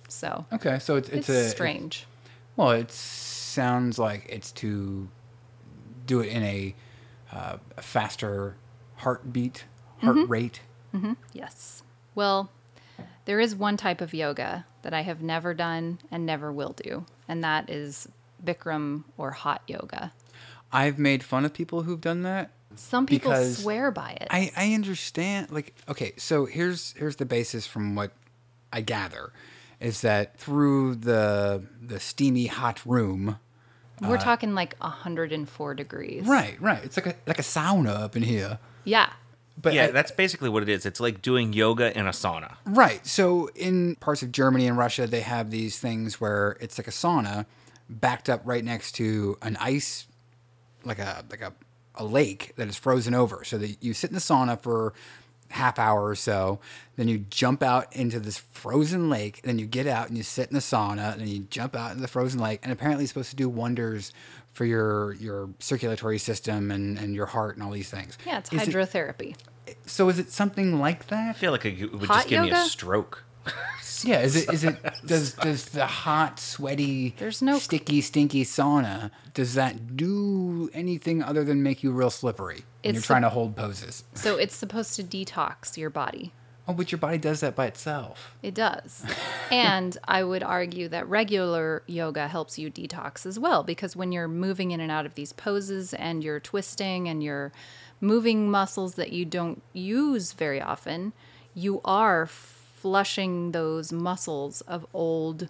Speaker 1: So
Speaker 3: Okay, so it's it's,
Speaker 1: it's,
Speaker 3: a
Speaker 1: strange.
Speaker 3: well, it sounds like it's to do it in a, uh, a faster heartbeat, heart
Speaker 1: Mm-hmm.
Speaker 3: rate.
Speaker 1: yes. Well, there is one type of yoga that I have never done and never will do, and that is Bikram or hot yoga.
Speaker 3: I've made fun of people who've done that.
Speaker 1: Some people
Speaker 3: Because
Speaker 1: swear by it.
Speaker 3: I, I understand like okay so here's here's the basis from what i gather is that through the the steamy hot room
Speaker 1: We're talking like 104 degrees.
Speaker 3: uh, right right it's like a like a sauna up in here
Speaker 1: Yeah.
Speaker 3: but
Speaker 2: yeah,
Speaker 3: I-
Speaker 2: that's basically what it is. It's like doing yoga in a sauna.
Speaker 3: right so in parts of germany and russia they have these things where it's like a sauna backed up right next to an ice like a like a, a lake that is frozen over so that you sit in the sauna for half hour or so then you jump out into this frozen lake then you get out and you sit in the sauna and then you jump out into the frozen lake and apparently it's supposed to do wonders for your your circulatory system and and your heart and all these things
Speaker 1: Yeah, it's
Speaker 3: Is it-
Speaker 1: hydrotherapy.
Speaker 3: so is it something like that
Speaker 2: I feel like it would
Speaker 1: Hot
Speaker 2: just give me a
Speaker 1: yoga?
Speaker 2: stroke.
Speaker 3: Yeah, is it is it does does the hot, sweaty,
Speaker 1: There's no-
Speaker 3: sticky, stinky sauna does that do anything other than make you real slippery when you're
Speaker 1: It's-
Speaker 3: trying to hold poses?
Speaker 1: So it's supposed to detox your body.
Speaker 3: Oh, but your body does that by itself.
Speaker 1: It does. and I would argue that regular yoga helps you detox as well because when you're moving in and out of these poses and you're twisting and you're moving muscles that you don't use very often, you are flushing those muscles of old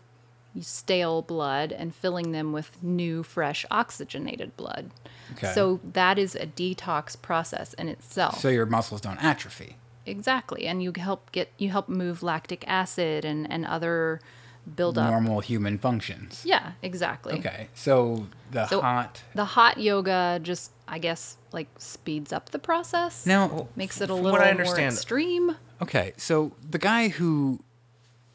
Speaker 1: stale blood and filling them with new fresh oxygenated blood.
Speaker 3: Okay.
Speaker 1: So that is a detox process in itself.
Speaker 3: So your muscles don't atrophy.
Speaker 1: Exactly, and you help get you help move lactic acid and and other buildup.
Speaker 3: Normal human functions.
Speaker 1: Yeah, exactly.
Speaker 3: Okay. So the
Speaker 1: So
Speaker 3: hot
Speaker 1: the hot yoga just I guess like speeds up the process.
Speaker 3: Now-
Speaker 1: makes it a
Speaker 2: From
Speaker 1: little
Speaker 2: what I
Speaker 1: more
Speaker 2: understand-
Speaker 1: extreme.
Speaker 3: Okay, so the guy who,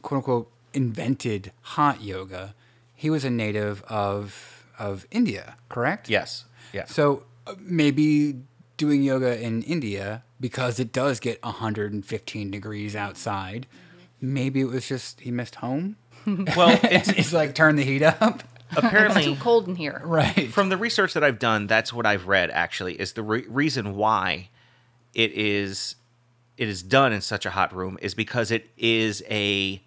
Speaker 3: quote unquote, invented hot yoga, he was a native of of India, correct?
Speaker 2: Yes. Yeah.
Speaker 3: So uh, maybe doing yoga in India because it does get 115 degrees outside.
Speaker 2: Mm-hmm.
Speaker 3: Maybe it was just he missed home.
Speaker 2: well, it's
Speaker 3: It's like turn the heat up.
Speaker 2: apparently
Speaker 1: Too cold in here.
Speaker 3: Right.
Speaker 2: from the research that I've done, that's what I've read. Actually, is the re- reason why it is it is done in such a hot room is because it is a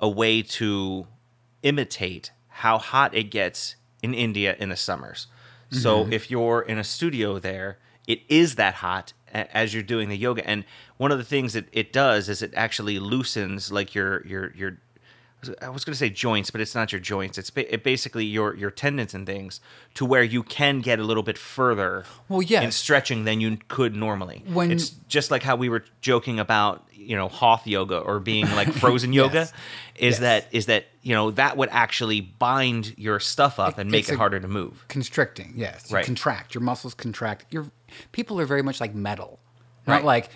Speaker 2: a way to imitate how hot it gets in India in the summers.
Speaker 3: Mm-hmm.
Speaker 2: So if you're in a studio there, it is that hot a- as you're doing the yoga. And one of the things that it does is it actually loosens like your your your I was going to say joints, but it's not your joints. It's ba- it basically your your tendons and things to where you can get a little bit further.
Speaker 3: Well, yes.
Speaker 2: in stretching than you could normally.
Speaker 3: When-
Speaker 2: it's just like how we were joking about you know hoth yoga or being like frozen yoga,
Speaker 3: Yes.
Speaker 2: is
Speaker 3: Yes.
Speaker 2: that is that you know that would actually bind your stuff up and make
Speaker 3: it's
Speaker 2: it
Speaker 3: a-
Speaker 2: harder to move.
Speaker 3: Constricting. Yes. You
Speaker 2: Right.
Speaker 3: Contract. Your muscles contract. Your people are very much like metal. Not
Speaker 2: Right.
Speaker 3: like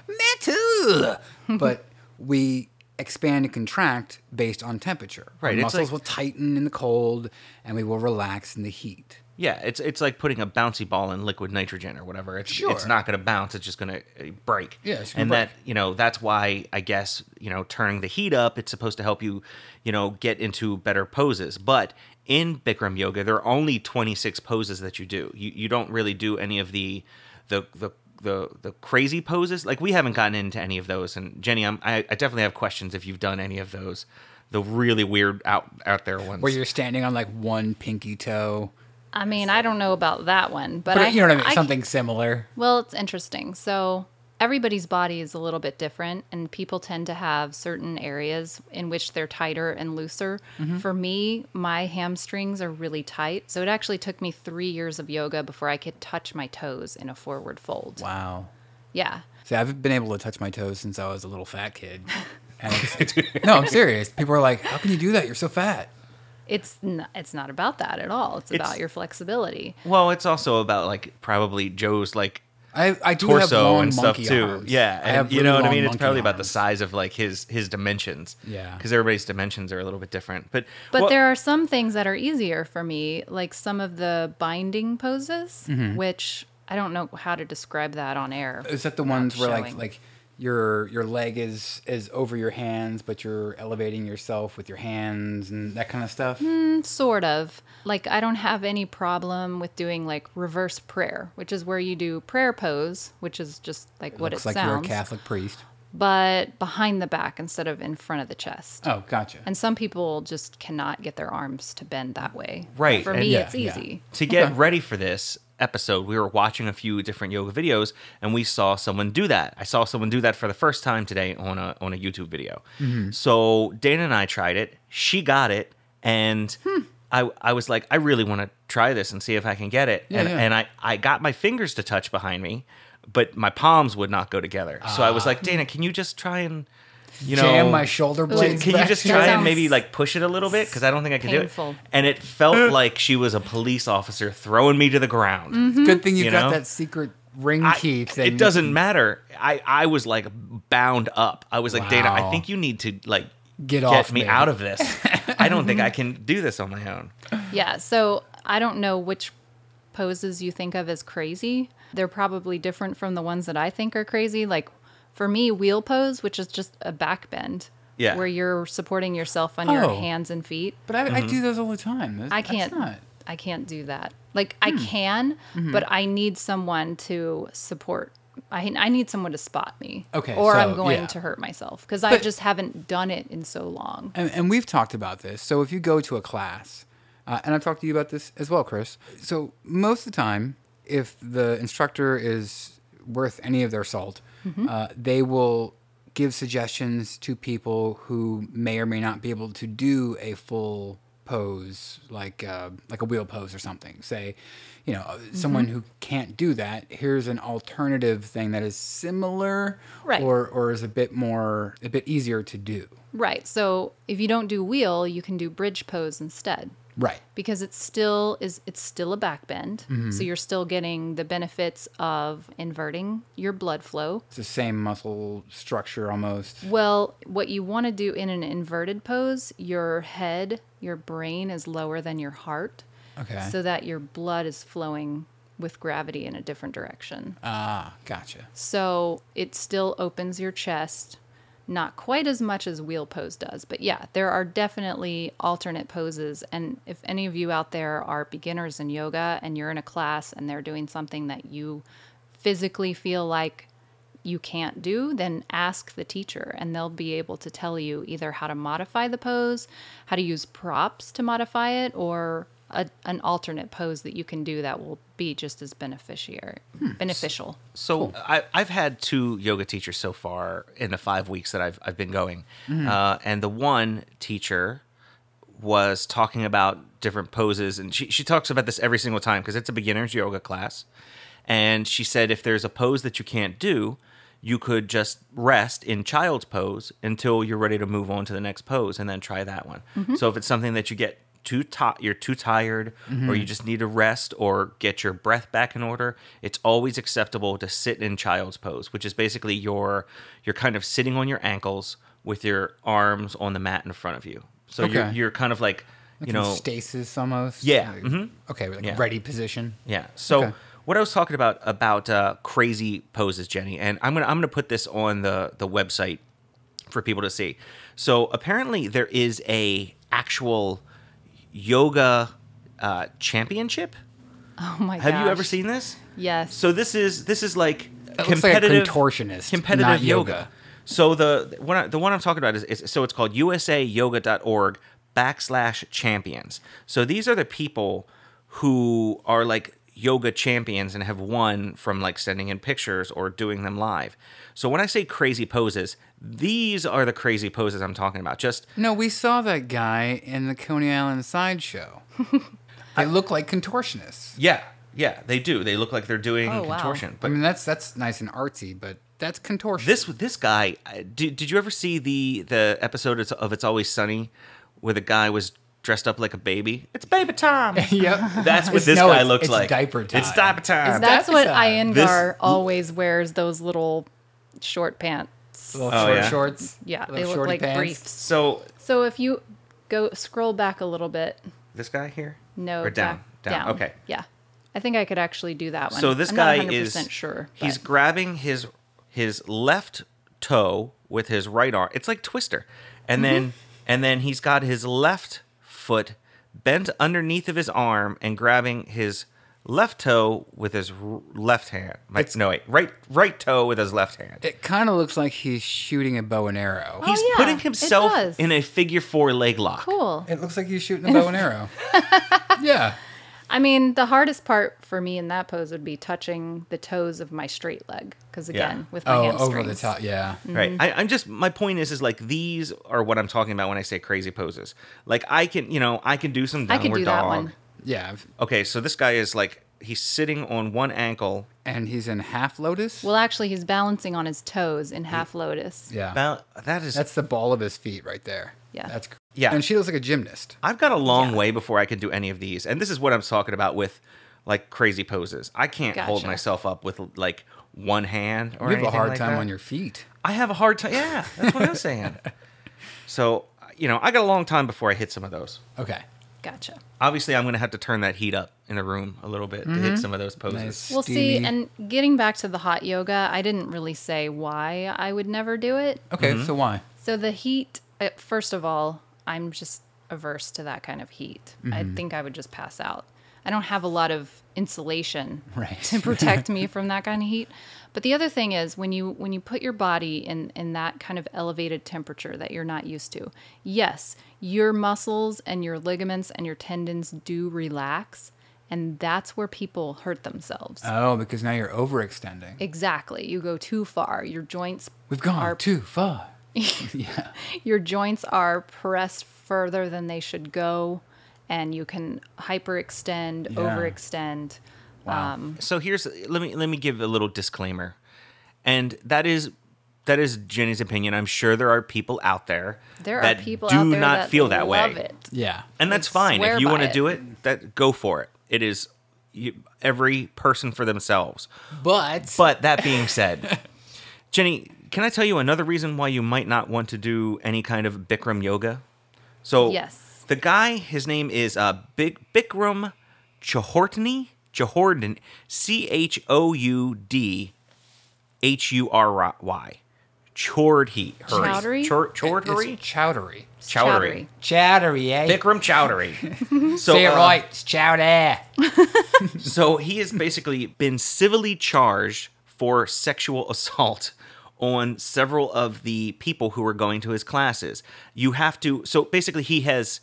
Speaker 3: metal, but we expand and contract based on temperature. Our
Speaker 2: Right, it's
Speaker 3: muscles
Speaker 2: like-
Speaker 3: will tighten in the cold and we will relax in the heat.
Speaker 2: Yeah, it's it's like putting a bouncy ball in liquid nitrogen or whatever. It's
Speaker 3: Sure.
Speaker 2: it's not going to bounce. It's just going to break.
Speaker 3: Yeah, it's gonna
Speaker 2: and
Speaker 3: break.
Speaker 2: that you know that's why I guess you know turning the heat up. It's supposed to help you, you know, get into better poses. But in Bikram yoga, there are only twenty six poses that you do. You you don't really do any of the the the the, the crazy poses like we haven't gotten into any of those and jenny I'm, I, I definitely have questions if you've done any of those the really weird out out there ones
Speaker 3: Where you're standing on like one pinky toe.
Speaker 1: I mean, I don't know about that one, but,
Speaker 3: But
Speaker 1: I,
Speaker 3: you know what I mean?
Speaker 1: I-
Speaker 3: Something similar.
Speaker 1: Well, it's interesting. So everybody's body is a little bit different, and people tend to have certain areas in which they're tighter and looser.
Speaker 2: Mm-hmm.
Speaker 1: For me, my hamstrings are really tight, so it actually took me three years of yoga before I could touch my toes in a forward fold.
Speaker 3: Wow.
Speaker 1: Yeah.
Speaker 3: See, I've been able to touch my toes since I was a little fat kid. And it's, it's- no, I'm serious. People are like, "How can you do that? You're so fat."
Speaker 1: It's n- it's not about that at all. It's,
Speaker 2: It's-
Speaker 1: about your flexibility.
Speaker 2: well it's also about like probably joe's like
Speaker 3: I I do have
Speaker 2: torso
Speaker 3: long
Speaker 2: and stuff
Speaker 3: monkey
Speaker 2: too.
Speaker 3: arms.
Speaker 2: Yeah,
Speaker 3: I
Speaker 2: and
Speaker 3: have
Speaker 2: you
Speaker 3: really
Speaker 2: know what I
Speaker 3: long
Speaker 2: mean. It's
Speaker 3: monkey
Speaker 2: probably about the
Speaker 3: arms.
Speaker 2: size of like his his dimensions.
Speaker 3: Yeah.
Speaker 2: because everybody's dimensions are a little bit different. But
Speaker 1: But
Speaker 2: well,
Speaker 1: there are some things that are easier for me, like some of the binding poses,
Speaker 2: Mm-hmm.
Speaker 1: which I don't know how to describe that on air.
Speaker 3: Is that the ones where like
Speaker 1: showing.
Speaker 3: like your your leg is is over your hands, but you're elevating yourself with your hands and that kind of stuff?
Speaker 1: Hmm. sort of like i don't have any problem with doing like reverse prayer which is where you do prayer pose which is just like what
Speaker 3: Looks
Speaker 1: it
Speaker 3: like you're a
Speaker 1: sounds
Speaker 3: Catholic priest.
Speaker 1: but behind the back instead of in front of the chest
Speaker 3: Oh, gotcha.
Speaker 1: and hmm. some people just cannot get their arms to bend that way
Speaker 2: Right,
Speaker 1: for
Speaker 2: and-
Speaker 1: me
Speaker 2: Yeah,
Speaker 1: it's
Speaker 3: yeah.
Speaker 1: easy
Speaker 2: to get ready for this episode, we were watching a few different yoga videos, and we saw someone do that. I saw someone do that for the first time today on a on a YouTube video.
Speaker 3: Mm-hmm.
Speaker 2: So Dana and I tried it. She got it, and
Speaker 3: Hmm.
Speaker 2: I I was like, I really want to try this and see if I can get it.
Speaker 3: Yeah,
Speaker 2: and
Speaker 3: yeah.
Speaker 2: and I I got my fingers to touch behind me, but my palms would not go together. So I was like, Dana, can you just try and you know
Speaker 3: Ah. Jam my shoulder
Speaker 2: can-
Speaker 3: blades.
Speaker 2: Can you
Speaker 3: back
Speaker 2: just
Speaker 3: together.
Speaker 2: try and
Speaker 1: Sounds
Speaker 2: maybe like push it a little bit? Because I don't think I can do
Speaker 1: painful.
Speaker 2: it. And it felt like she was a police officer throwing me to the ground.
Speaker 3: Good thing you,
Speaker 2: you
Speaker 3: got
Speaker 2: know?
Speaker 3: that secret ring
Speaker 2: I-
Speaker 3: key thing.
Speaker 2: it doesn't matter. I, I was like bound up. I was like, Dana,
Speaker 3: Wow.
Speaker 2: I think you need to like
Speaker 3: Get off
Speaker 2: me
Speaker 3: me."
Speaker 2: out of this. I don't think I can do this on my own.
Speaker 1: yeah so i don't know which poses you think of as crazy they're probably different from the ones that i think are crazy like for me wheel pose which is just a back bend
Speaker 2: Yeah.
Speaker 1: where you're supporting yourself on
Speaker 3: Oh.
Speaker 1: your hands and feet
Speaker 3: But I, I do
Speaker 2: Mm-hmm.
Speaker 3: those all the time. That's-
Speaker 1: i
Speaker 3: that's
Speaker 1: can't
Speaker 3: not- Hmm. Mm-hmm.
Speaker 1: i can't do that like i can but i need someone to support I, I need someone to spot me
Speaker 3: Okay,
Speaker 1: or
Speaker 3: so,
Speaker 1: i'm going
Speaker 3: yeah.
Speaker 1: to hurt myself because i
Speaker 3: But-
Speaker 1: just haven't done it in so long
Speaker 3: and, and we've talked about this. So if you go to a class, uh, and I've talked to you about this as well, Chris. So most of the time, if the instructor is worth any of their salt, uh, they will give suggestions to people who may or may not be able to do a full pose, like uh, like a wheel pose or something. Say, you know, someone who can't do that. Here's an alternative thing that is similar,
Speaker 1: Right.
Speaker 3: or or is a bit more, a bit easier to do.
Speaker 1: right so if you don't do wheel you can do bridge pose instead
Speaker 3: Right.
Speaker 1: because it still is it's still a back bend
Speaker 3: Mm-hmm.
Speaker 1: so you're still getting the benefits of inverting your blood flow
Speaker 3: It's the same muscle structure almost.
Speaker 2: Mm.
Speaker 1: well what you want to do in an inverted pose your head your brain is lower than your heart
Speaker 3: Okay.
Speaker 1: so that your blood is flowing with gravity in a different direction
Speaker 3: ah, gotcha.
Speaker 1: so it still opens your chest not quite as much as wheel pose does but yeah there are definitely alternate poses and if any of you out there are beginners in yoga and you're in a class and they're doing something that you physically feel like you can't do then ask the teacher and they'll be able to tell you either how to modify the pose how to use props to modify it or a, an alternate pose that you can do that will be just as beneficiary beneficial
Speaker 2: So I, I've had two yoga teachers so far in the five weeks that I've I've been going,
Speaker 3: Mm-hmm.
Speaker 2: uh, and the one teacher was talking about different poses, and she she talks about this every single time because it's a beginner's yoga class, and she said if there's a pose that you can't do, you could just rest in child's pose until you're ready to move on to the next pose, and then try that one. So if it's something that you get too ti you're too tired or you just need to rest or get your breath back in order it's always acceptable to sit in child's pose which is basically your you're kind of sitting on your ankles with your arms on the mat in front of you so you're,
Speaker 3: Okay.
Speaker 2: you're kind of like you know,
Speaker 3: stasis almost.
Speaker 2: Yeah,
Speaker 3: Like-
Speaker 2: mhm.
Speaker 3: Okay, like
Speaker 2: Yeah.
Speaker 3: ready position.
Speaker 2: Yeah. So
Speaker 3: Okay.
Speaker 2: what I was talking about about uh, crazy poses, Jenny, and I'm gonna I'm gonna put this on the the website for people to see. So apparently there is a actual yoga uh, championship.
Speaker 1: Oh my god.
Speaker 2: Have you ever seen this?
Speaker 1: Yes.
Speaker 2: So this is this is like
Speaker 3: That looks like a
Speaker 2: competitive
Speaker 3: contortionist,
Speaker 2: competitive
Speaker 3: not
Speaker 2: yoga.
Speaker 3: yoga.
Speaker 2: So the one I, the one I'm talking about is, is so it's called usayoga.org backslash champions. So these are the people who are like yoga champions and have won from like sending in pictures or doing them live. So when I say crazy poses, these are the crazy poses I'm talking about. Just
Speaker 3: No, we saw that guy in the Coney Island sideshow. they look like contortionists.
Speaker 2: yeah, yeah, they do. They look like they're doing
Speaker 1: Oh, wow.
Speaker 2: contortion.
Speaker 3: I
Speaker 2: But
Speaker 3: mean, that's that's nice and artsy, but that's contortion.
Speaker 2: This this guy. uh, Did, did you ever see the the episode of- of It's Always Sunny, where the guy was dressed up like a baby? It's baby time.
Speaker 3: yep.
Speaker 2: That's what
Speaker 3: It's-
Speaker 2: this
Speaker 3: no,
Speaker 2: guy
Speaker 3: it's-
Speaker 2: looks
Speaker 3: it's
Speaker 2: like.
Speaker 3: diaper time.
Speaker 2: It's diaper time.
Speaker 1: Is that's what
Speaker 3: Dapside.
Speaker 1: Iyengar
Speaker 2: This-
Speaker 1: always wears those little short pants.
Speaker 3: little
Speaker 2: Oh,
Speaker 3: short
Speaker 2: yeah.
Speaker 3: shorts.
Speaker 1: Yeah,
Speaker 3: little
Speaker 1: they look
Speaker 3: shorty
Speaker 1: like
Speaker 3: pants.
Speaker 1: briefs.
Speaker 2: so
Speaker 1: So if you go scroll back a little bit,
Speaker 2: this guy here?
Speaker 1: no,
Speaker 2: Or down,
Speaker 1: back-
Speaker 2: down. Okay.
Speaker 1: yeah. I think I could actually do that one.
Speaker 2: So this
Speaker 1: I'm
Speaker 2: guy
Speaker 1: not 100%
Speaker 2: is
Speaker 1: sure.
Speaker 2: He's
Speaker 1: but-
Speaker 2: grabbing his his left toe with his right arm. It's like Twister, and
Speaker 1: Mm-hmm.
Speaker 2: then and then he's got his left foot bent underneath of his arm and grabbing his left toe with his r- left hand. My,
Speaker 3: It's-
Speaker 2: no wait, right right toe with his left hand.
Speaker 3: It kind of looks like he's shooting a bow and arrow.
Speaker 2: he's
Speaker 1: Oh, yeah,
Speaker 2: putting
Speaker 1: it
Speaker 2: himself
Speaker 1: does.
Speaker 2: in a figure four leg lock.
Speaker 1: cool.
Speaker 3: It looks like he's shooting a bow and arrow. yeah.
Speaker 1: I mean, the hardest part for me in that pose would be touching the toes of my straight leg because
Speaker 2: Yeah.
Speaker 1: again, with my
Speaker 3: Oh,
Speaker 1: hamstrings, Mm.
Speaker 3: over the top. Yeah.
Speaker 1: Mm-hmm.
Speaker 2: Right. I, I'm just my point is is like these are what I'm talking about when I say crazy poses. Like I can you know I can do some
Speaker 1: I
Speaker 2: downward
Speaker 1: could do
Speaker 2: dog.
Speaker 1: that one.
Speaker 3: Yeah. I've-
Speaker 2: Okay, so this guy is like he's sitting on one ankle.
Speaker 3: And he's in half lotus.
Speaker 1: Well, actually, he's balancing on his toes in half lotus.
Speaker 3: yeah.
Speaker 2: About that is
Speaker 3: That's the ball of his feet right there.
Speaker 1: Yeah.
Speaker 3: That's cr-
Speaker 2: Yeah.
Speaker 3: And she looks like a gymnast.
Speaker 2: I've got a long way before I can do any of these. And this is what I'm talking about with like crazy poses. I can't hold
Speaker 1: Gotcha.
Speaker 2: myself up with like one hand or
Speaker 3: You have a
Speaker 2: anything
Speaker 3: hard
Speaker 2: like
Speaker 3: time
Speaker 2: that.
Speaker 3: on your feet.
Speaker 2: I have a hard time. Yeah, that's what I'm saying. So, you know, I got a long time before I hit some of those.
Speaker 3: Okay.
Speaker 1: Gotcha.
Speaker 2: Obviously, I'm going to have to turn that heat up in the room a little bit to hit some of those poses.
Speaker 3: Mm-hmm. Nice.
Speaker 1: Well, see,
Speaker 3: steamy-
Speaker 1: and getting back to the hot yoga, I didn't really say why I would never do it.
Speaker 3: Okay. So why?
Speaker 1: So the heat, uh, first of all, I'm just averse to that kind of heat. I think I would just pass out. I don't have a lot of insulation
Speaker 3: Right.
Speaker 1: to protect me from that kind of heat. But the other thing is when you when you put your body in in that kind of elevated temperature that you're not used to. Yes, your muscles and your ligaments and your tendons do relax, and that's where people hurt themselves.
Speaker 3: Oh, because now you're overextending.
Speaker 1: Exactly. You go too far. Your joints
Speaker 3: We've gone
Speaker 1: are
Speaker 3: too far.
Speaker 1: your joints are pressed further than they should go and you can hyperextend,
Speaker 3: Yeah.
Speaker 1: overextend. Um,
Speaker 2: so here's let me let me give a little disclaimer and that is that is jenny's opinion i'm sure there are people out there
Speaker 1: there
Speaker 2: that
Speaker 1: are people
Speaker 2: do
Speaker 1: out there
Speaker 2: not
Speaker 1: that
Speaker 2: feel that
Speaker 1: love
Speaker 2: way
Speaker 1: It.
Speaker 3: Yeah.
Speaker 2: and that's
Speaker 1: They
Speaker 2: fine
Speaker 1: swear
Speaker 2: if you
Speaker 1: by
Speaker 2: want to
Speaker 1: it.
Speaker 2: do it that go for it it is you, every person for themselves
Speaker 3: But,
Speaker 2: but that being said jenny can i tell you another reason why you might not want to do any kind of bikram yoga so
Speaker 1: Yes.
Speaker 2: the guy his name is uh, Big, bikram chahortney chahordan c-h-o-u-d H U R Y. Chordhi.
Speaker 1: Chowdhury?
Speaker 2: Chordhi?
Speaker 3: it's chowdery.
Speaker 2: Chowdhury.
Speaker 3: Chowdery, eh?
Speaker 2: Bikram Chowdhury. so, uh,
Speaker 3: It's chowder.
Speaker 2: so he has basically been civilly charged for sexual assault on several of the people who were going to his classes. You have to. So basically, he has.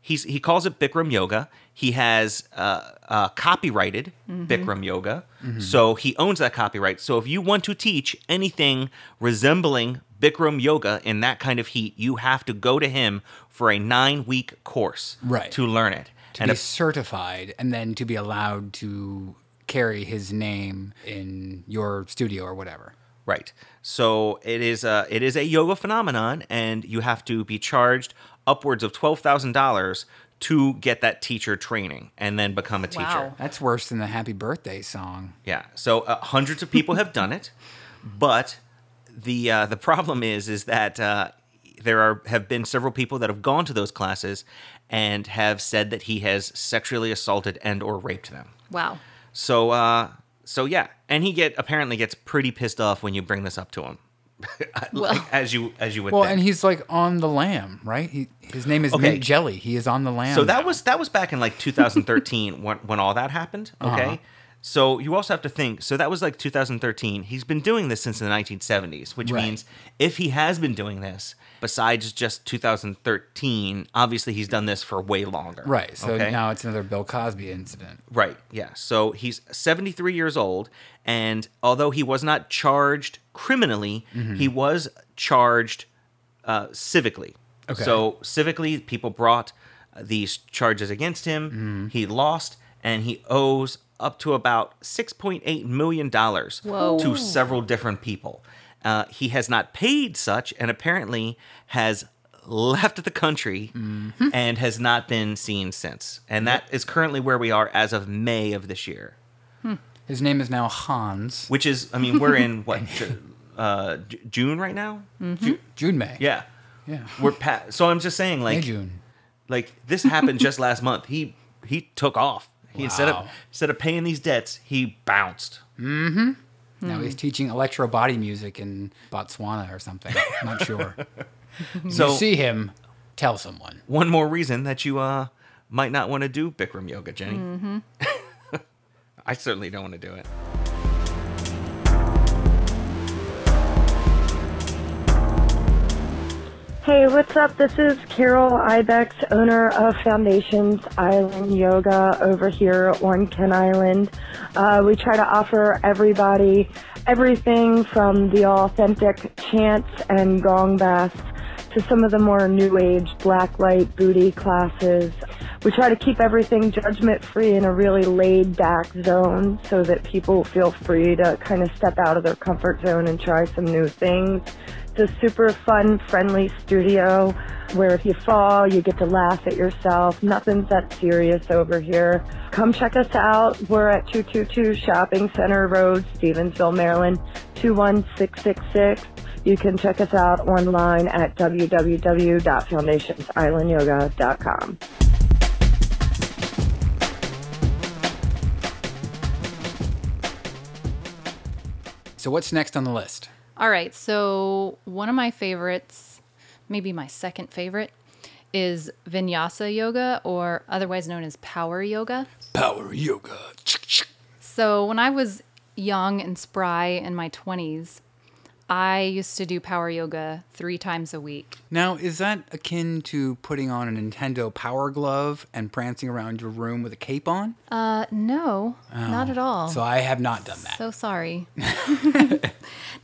Speaker 2: He's, he calls it Bikram yoga. He has uh, uh, copyrighted
Speaker 3: Mm-hmm.
Speaker 2: Bikram yoga, so he owns that copyright. So if you want to teach anything resembling Bikram yoga in that kind of heat, you have to go to him for a nine week course
Speaker 3: Right.
Speaker 2: to learn it.
Speaker 3: To be certified and then to be allowed to carry his name in your studio or whatever.
Speaker 2: Right. So it is a it is a yoga phenomenon, and you have to be charged upwards of twelve thousand dollars to get that teacher training and then become a teacher.
Speaker 1: Wow.
Speaker 3: That's worse than the happy birthday song.
Speaker 2: Yeah. So uh, hundreds of people have done it, but the uh, the problem is is that uh, there are have been several people that have gone to those classes and have said that he has sexually assaulted and or raped them.
Speaker 1: Wow.
Speaker 2: So uh so yeah, and he get apparently gets pretty pissed off when you bring this up to him. Like,
Speaker 1: Well-
Speaker 2: as you as you would
Speaker 3: Well,
Speaker 2: think.
Speaker 3: and he's like on the lamb, right? He, his name is
Speaker 2: Okay.
Speaker 3: Mint Jelly. He is on the lamb.
Speaker 2: So that was that was back in like 2013 when when all that happened.
Speaker 3: Uh-huh.
Speaker 2: Okay. So you also have to think. So that was like 2013. He's been doing this since the 1970s, which
Speaker 3: Right.
Speaker 2: means if he has been doing this besides just 2013, obviously he's done this for way longer.
Speaker 3: right. So
Speaker 2: okay?
Speaker 3: now it's another Bill Cosby incident.
Speaker 2: Right. Yeah. So he's 73 years old, and although he was not charged criminally, he was charged uh, civically.
Speaker 3: Okay.
Speaker 2: So civically, people brought these charges against him.
Speaker 3: Mm-hmm.
Speaker 2: He lost, and he owes up to about 6.8 million dollars
Speaker 1: Whoa.
Speaker 2: to several different people. Uh, he has not paid such, and apparently has left the country
Speaker 3: Mm-hmm.
Speaker 2: and has not been seen since. And that is currently where we are as of May of this year,
Speaker 3: His name is now Hans
Speaker 2: which is, I mean, we're in what Ju- uh, Ju- June right now?
Speaker 3: Mm-hmm.
Speaker 2: Ju-
Speaker 3: June May.
Speaker 2: yeah,
Speaker 3: yeah.
Speaker 2: we're pa- so I'm just saying,
Speaker 3: May
Speaker 2: like,
Speaker 3: June.
Speaker 2: like this happened just last month. He he took off. He instead of
Speaker 3: Wow.
Speaker 2: instead of paying these debts, he bounced.
Speaker 3: Now he's teaching electro body music in Botswana or something. Not sure.
Speaker 2: So
Speaker 3: you see him, tell someone.
Speaker 2: one more reason that you uh might not want to do Bikram yoga, Jenny.
Speaker 3: Mm-hmm.
Speaker 2: I certainly don't want to do it.
Speaker 5: Hey, what's up? This is Carol Ibex, owner of Foundations Island Yoga over here on Ken Island. Uh, we try to offer everybody everything from the authentic chants and gong baths to some of the more new age black light booty classes. We try to keep everything judgment free in a really laid back zone so that people feel free to kind of step out of their comfort zone and try some new things. It's a super fun, friendly studio where if you fall, you get to laugh at yourself. Nothing's that serious over here. Come check us out. We're at 222 Shopping Center Road, Stevensville, Maryland, 21666. You can check us out online at www.foundationsislandyoga.com.
Speaker 3: So what's next on the list?
Speaker 1: All right. So one of my favorites, maybe my second favorite, is Vinyasa yoga, or otherwise known as power yoga.
Speaker 3: Power yoga.
Speaker 1: So when I was young and spry in my 20s, I used to do power yoga three times a week.
Speaker 3: Now, is that akin to putting on a Nintendo Power Glove and prancing around your room with a cape on?
Speaker 1: Uh, no, not at all.
Speaker 3: Oh. So I have not done that.
Speaker 1: Oh. So sorry.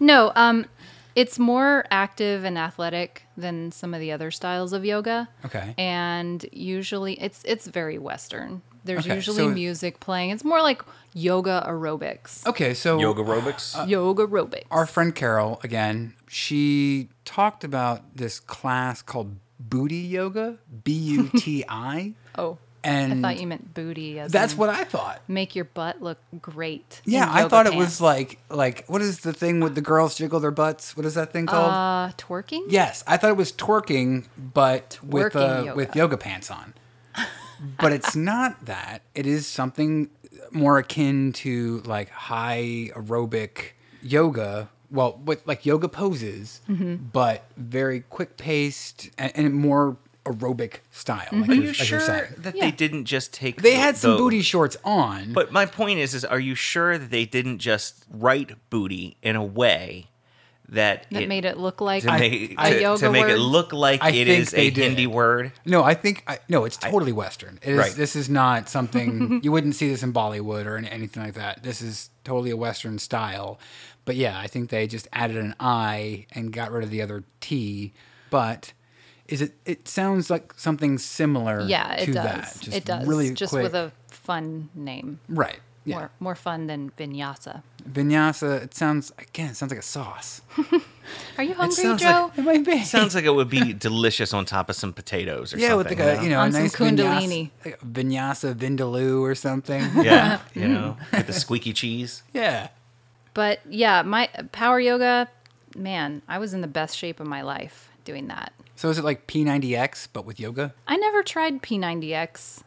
Speaker 1: no, um, it's more active and athletic than some of the other styles of yoga.
Speaker 3: Okay.
Speaker 1: And usually, it's it's very Western. There's
Speaker 3: Okay,
Speaker 1: usually
Speaker 3: so-
Speaker 1: music playing. It's more like yoga aerobics.
Speaker 3: Okay, so
Speaker 2: aerobics.
Speaker 1: yoga aerobics.
Speaker 3: Uh, our friend Carol again, she talked about this class called booty yoga, B U T I.
Speaker 1: oh, I
Speaker 3: And
Speaker 1: thought you meant booty. As
Speaker 3: that's
Speaker 1: in
Speaker 3: what I thought.
Speaker 1: make your butt look great. in
Speaker 3: Yeah, I
Speaker 1: yoga
Speaker 3: thought it
Speaker 1: pants.
Speaker 3: was like like what is the thing with the girls jiggle their butts? What is that thing called?
Speaker 1: uh, twerking.
Speaker 3: yes, I thought it was twerking, but with
Speaker 1: Twerking
Speaker 3: uh,
Speaker 1: yoga.
Speaker 3: with yoga pants on. but it's not that. It is something more akin to like high aerobic yoga. Well, with like yoga poses, but very quick paced and, and more aerobic style. Like
Speaker 2: Are you
Speaker 3: you're- like you're
Speaker 2: sure
Speaker 3: saying.
Speaker 2: that
Speaker 1: Yeah.
Speaker 2: they didn't just take?
Speaker 3: They
Speaker 2: the-
Speaker 3: had some
Speaker 2: the-
Speaker 3: booty shorts on.
Speaker 2: But my point is, is are you sure that they didn't just write booty in a way that
Speaker 1: That made it look like
Speaker 2: to, make,
Speaker 1: a
Speaker 2: to,
Speaker 1: yoga
Speaker 2: to make it
Speaker 1: word.
Speaker 2: look like
Speaker 3: I
Speaker 2: it
Speaker 3: think
Speaker 2: is
Speaker 3: they
Speaker 2: a
Speaker 3: did.
Speaker 2: Hindi word?
Speaker 3: No, I think I, no. It's totally Western. It is,
Speaker 2: Right.
Speaker 3: This is not something you wouldn't see this in Bollywood or any, anything like that. This is totally a Western style. But yeah, I think they just added an I and got rid of the other T. But is it? It sounds like something similar.
Speaker 1: Yeah, it
Speaker 3: to
Speaker 1: does.
Speaker 3: That. Just
Speaker 1: it does.
Speaker 3: Really
Speaker 1: just
Speaker 3: quick.
Speaker 1: with a fun name.
Speaker 3: right. Yeah.
Speaker 1: More more fun than vinyasa.
Speaker 3: Vinyasa. It sounds again. It sounds like a sauce.
Speaker 1: Are you hungry,
Speaker 2: sounds
Speaker 1: Joe?
Speaker 2: like-
Speaker 3: It might be.
Speaker 2: Sounds like it would be delicious on top of some potatoes or
Speaker 3: yeah, with
Speaker 2: something.
Speaker 3: like a you know
Speaker 1: On
Speaker 3: a
Speaker 1: some
Speaker 3: nice
Speaker 1: kundalini.
Speaker 3: Vinyasa, like a vinyasa vindaloo or something.
Speaker 2: yeah, you know, with the squeaky cheese.
Speaker 3: yeah.
Speaker 1: But yeah, my power yoga, man, I was in the best shape of my life doing that.
Speaker 3: So is it like P90X but with yoga?
Speaker 1: I never tried P90X.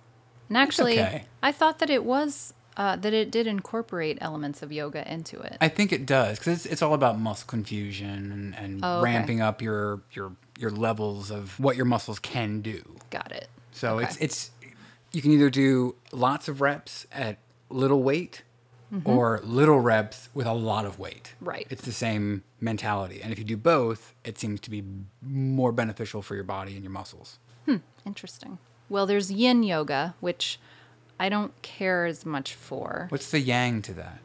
Speaker 1: And actually,
Speaker 3: okay.
Speaker 1: I thought that it was uh, that it did incorporate elements of yoga into it.
Speaker 3: I think it does because it's, it's all about muscle confusion and, and
Speaker 1: Oh, okay.
Speaker 3: ramping up your your your levels of what your muscles can do.
Speaker 1: Got it.
Speaker 3: So
Speaker 1: Okay.
Speaker 3: it's it's you can either do lots of reps at little weight or little reps with a lot of weight.
Speaker 1: Mm-hmm. Right.
Speaker 3: It's the same mentality. And if you do both, it seems to be more beneficial for your body and your muscles.
Speaker 1: interesting. Well, there's yin yoga, which I don't care as much for.
Speaker 3: What's the yang to that?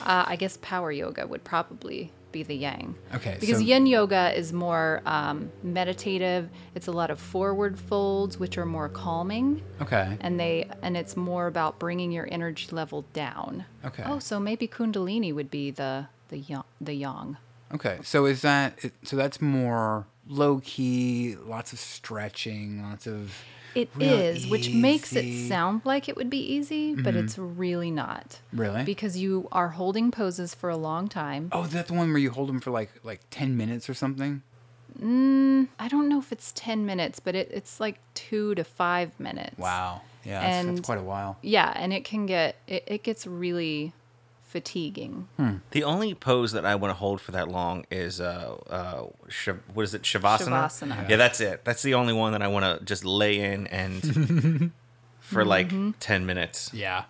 Speaker 1: Uh, I guess power yoga would probably be the yang.
Speaker 3: Okay,
Speaker 1: Because
Speaker 3: so-
Speaker 1: yin yoga is more um, meditative. It's a lot of forward folds, which are more calming,
Speaker 3: Okay.
Speaker 1: and they and it's more about bringing your energy level down.
Speaker 3: Okay.
Speaker 1: Oh, so maybe kundalini would be the the yang, the yang.
Speaker 3: Okay. So is that it- so that's more low key, lots of stretching, lots of
Speaker 1: It is,
Speaker 3: Real
Speaker 1: which makes it
Speaker 3: easy. Mm-hmm.
Speaker 1: sound like it would be easy, but it's really not.
Speaker 3: Really?
Speaker 1: Because you are holding poses for a long time.
Speaker 3: Oh, is that the one where you hold them for like like 10 minutes or something?
Speaker 1: I don't know if it's 10 minutes, but it, it's like two to five minutes.
Speaker 3: Wow. Yeah, that's, that's
Speaker 1: And-
Speaker 3: quite a while.
Speaker 1: Yeah, and it can get, it, it gets really fatiguing.
Speaker 2: The only pose that I want to hold for that long is uh, uh, sh- what is it, shavasana?
Speaker 1: Shavasana.
Speaker 2: Yeah. that's it. That's the only one that I want to just lay in and for like
Speaker 1: Mm-hmm.
Speaker 2: ten minutes.
Speaker 3: Yeah.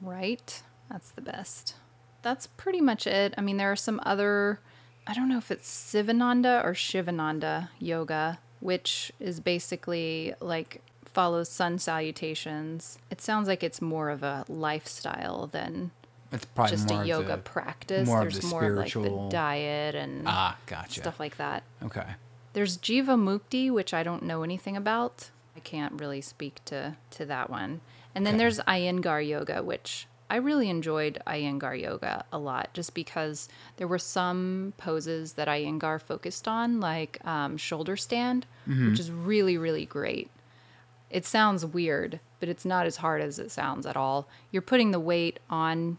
Speaker 1: Right? That's the best. That's pretty much it. I mean, there are some other, I don't know if it's Sivananda or Shivananda yoga, which is basically like follows sun salutations. It sounds like it's more of a lifestyle than
Speaker 3: It's probably
Speaker 1: just
Speaker 3: more
Speaker 1: a
Speaker 3: of
Speaker 1: yoga
Speaker 3: the-
Speaker 1: practice.
Speaker 3: more of
Speaker 1: There's
Speaker 3: the
Speaker 1: more of like the
Speaker 3: spiritual-
Speaker 1: diet and
Speaker 3: Ah, gotcha.
Speaker 1: stuff like that.
Speaker 3: Okay.
Speaker 1: There's Jiva Mukti, which I don't know anything about. I can't really speak to to that one. And then there's Iyengar yoga, which I really enjoyed Iyengar yoga a lot, just because there were some poses that Iyengar focused on, like um, shoulder stand, which is really really great. It sounds weird, but it's not as hard as it sounds at all. You're putting the weight on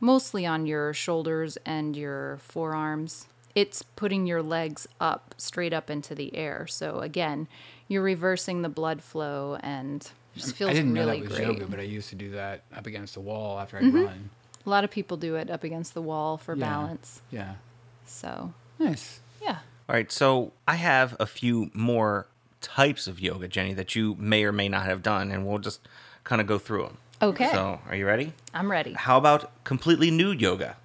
Speaker 1: mostly on your shoulders and your forearms. It's putting your legs up, straight up into the air. So again, you're reversing the blood flow and it just feels
Speaker 3: I didn't
Speaker 1: really
Speaker 3: know that was
Speaker 1: great. Mm-hmm.
Speaker 3: yoga, but I used to do that up against the wall after I'd run.
Speaker 1: A lot of people do it up against the wall for
Speaker 3: Yeah.
Speaker 1: balance.
Speaker 3: Yeah.
Speaker 1: So,
Speaker 3: Nice.
Speaker 1: yeah.
Speaker 2: All right, so I have a few more types of yoga, Jenny, that you may or may not have done, and we'll just kind of go through them.
Speaker 1: Okay.
Speaker 2: So, are you ready?
Speaker 1: I'm ready.
Speaker 2: How about completely nude yoga?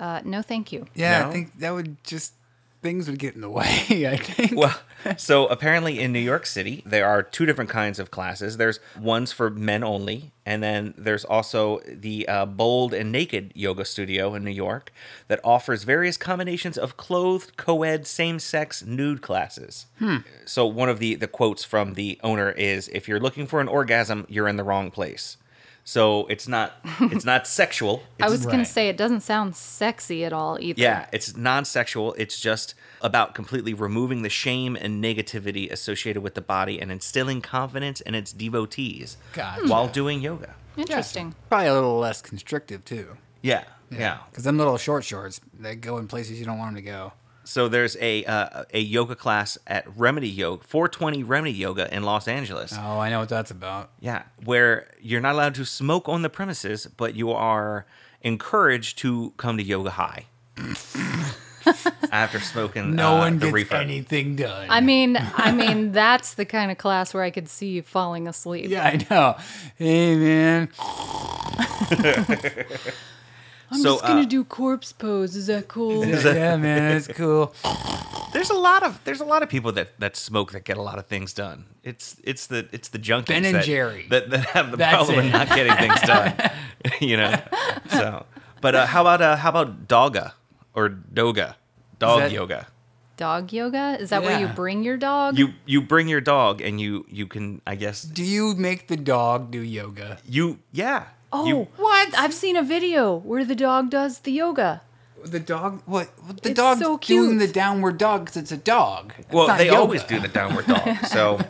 Speaker 1: Uh, no, thank you.
Speaker 3: Yeah,
Speaker 2: No?
Speaker 3: I think that would just things would get in the way. I think.
Speaker 2: Well, so apparently in New York City, there are two different kinds of classes. There's ones for men only, and then there's also the uh, Bold and Naked Yoga Studio in New York that offers various combinations of clothed, co ed, same sex, nude classes.
Speaker 1: Hmm.
Speaker 2: So, one of the, the quotes from the owner is if you're looking for an orgasm, you're in the wrong place. So it's not it's not sexual.
Speaker 1: I
Speaker 2: It's-
Speaker 1: was going
Speaker 3: right.
Speaker 1: to say it doesn't sound sexy at all either.
Speaker 2: yeah, it's non sexual. It's just about completely removing the shame and negativity associated with the body and instilling confidence in its devotees
Speaker 3: Gotcha.
Speaker 2: while doing yoga.
Speaker 1: Interesting.
Speaker 3: probably a little less constrictive too,
Speaker 2: Yeah, yeah.
Speaker 3: because them little short shorts they go in places you don't want them to go.
Speaker 2: So there's a uh, a yoga class at Remedy Yoga, 420 Remedy Yoga in Los Angeles.
Speaker 3: Oh, I know what that's about.
Speaker 2: Yeah, where you're not allowed to smoke on the premises, but you are encouraged to come to yoga high after smoking.
Speaker 3: No
Speaker 2: uh,
Speaker 3: one
Speaker 2: the
Speaker 3: gets
Speaker 2: reefer.
Speaker 3: anything done.
Speaker 1: I mean, I mean, that's the kind of class where I could see you falling asleep.
Speaker 3: yeah, I know. Hey, man.
Speaker 1: I'm
Speaker 2: So,
Speaker 1: just gonna
Speaker 2: uh,
Speaker 1: do corpse pose. Is that cool?
Speaker 3: yeah, man, it's cool.
Speaker 2: There's a lot of there's a lot of people that that smoke that get a lot of things done. It's it's the it's the junkies
Speaker 3: Ben and
Speaker 2: that,
Speaker 3: Jerry.
Speaker 2: that that have the
Speaker 3: That's
Speaker 2: problem with
Speaker 3: it.
Speaker 2: not getting things done. you know. So, but uh, how about uh, how about doga or doga, dog
Speaker 3: that-
Speaker 2: yoga?
Speaker 1: Dog yoga? Is that where you
Speaker 3: Yeah.
Speaker 1: bring your dog?
Speaker 2: You you bring your dog and you you can I guess
Speaker 3: Do you make the dog do yoga?
Speaker 2: you yeah.
Speaker 1: oh,
Speaker 2: you,
Speaker 1: what? I've seen a video where the dog does the yoga.
Speaker 3: The dog, what? what- The
Speaker 1: It's
Speaker 3: dog's
Speaker 1: so
Speaker 3: doing
Speaker 1: cute.
Speaker 3: the downward dog because it's a dog. It's
Speaker 2: Well,
Speaker 3: not
Speaker 2: they
Speaker 3: yoga.
Speaker 2: always do the downward dog. So,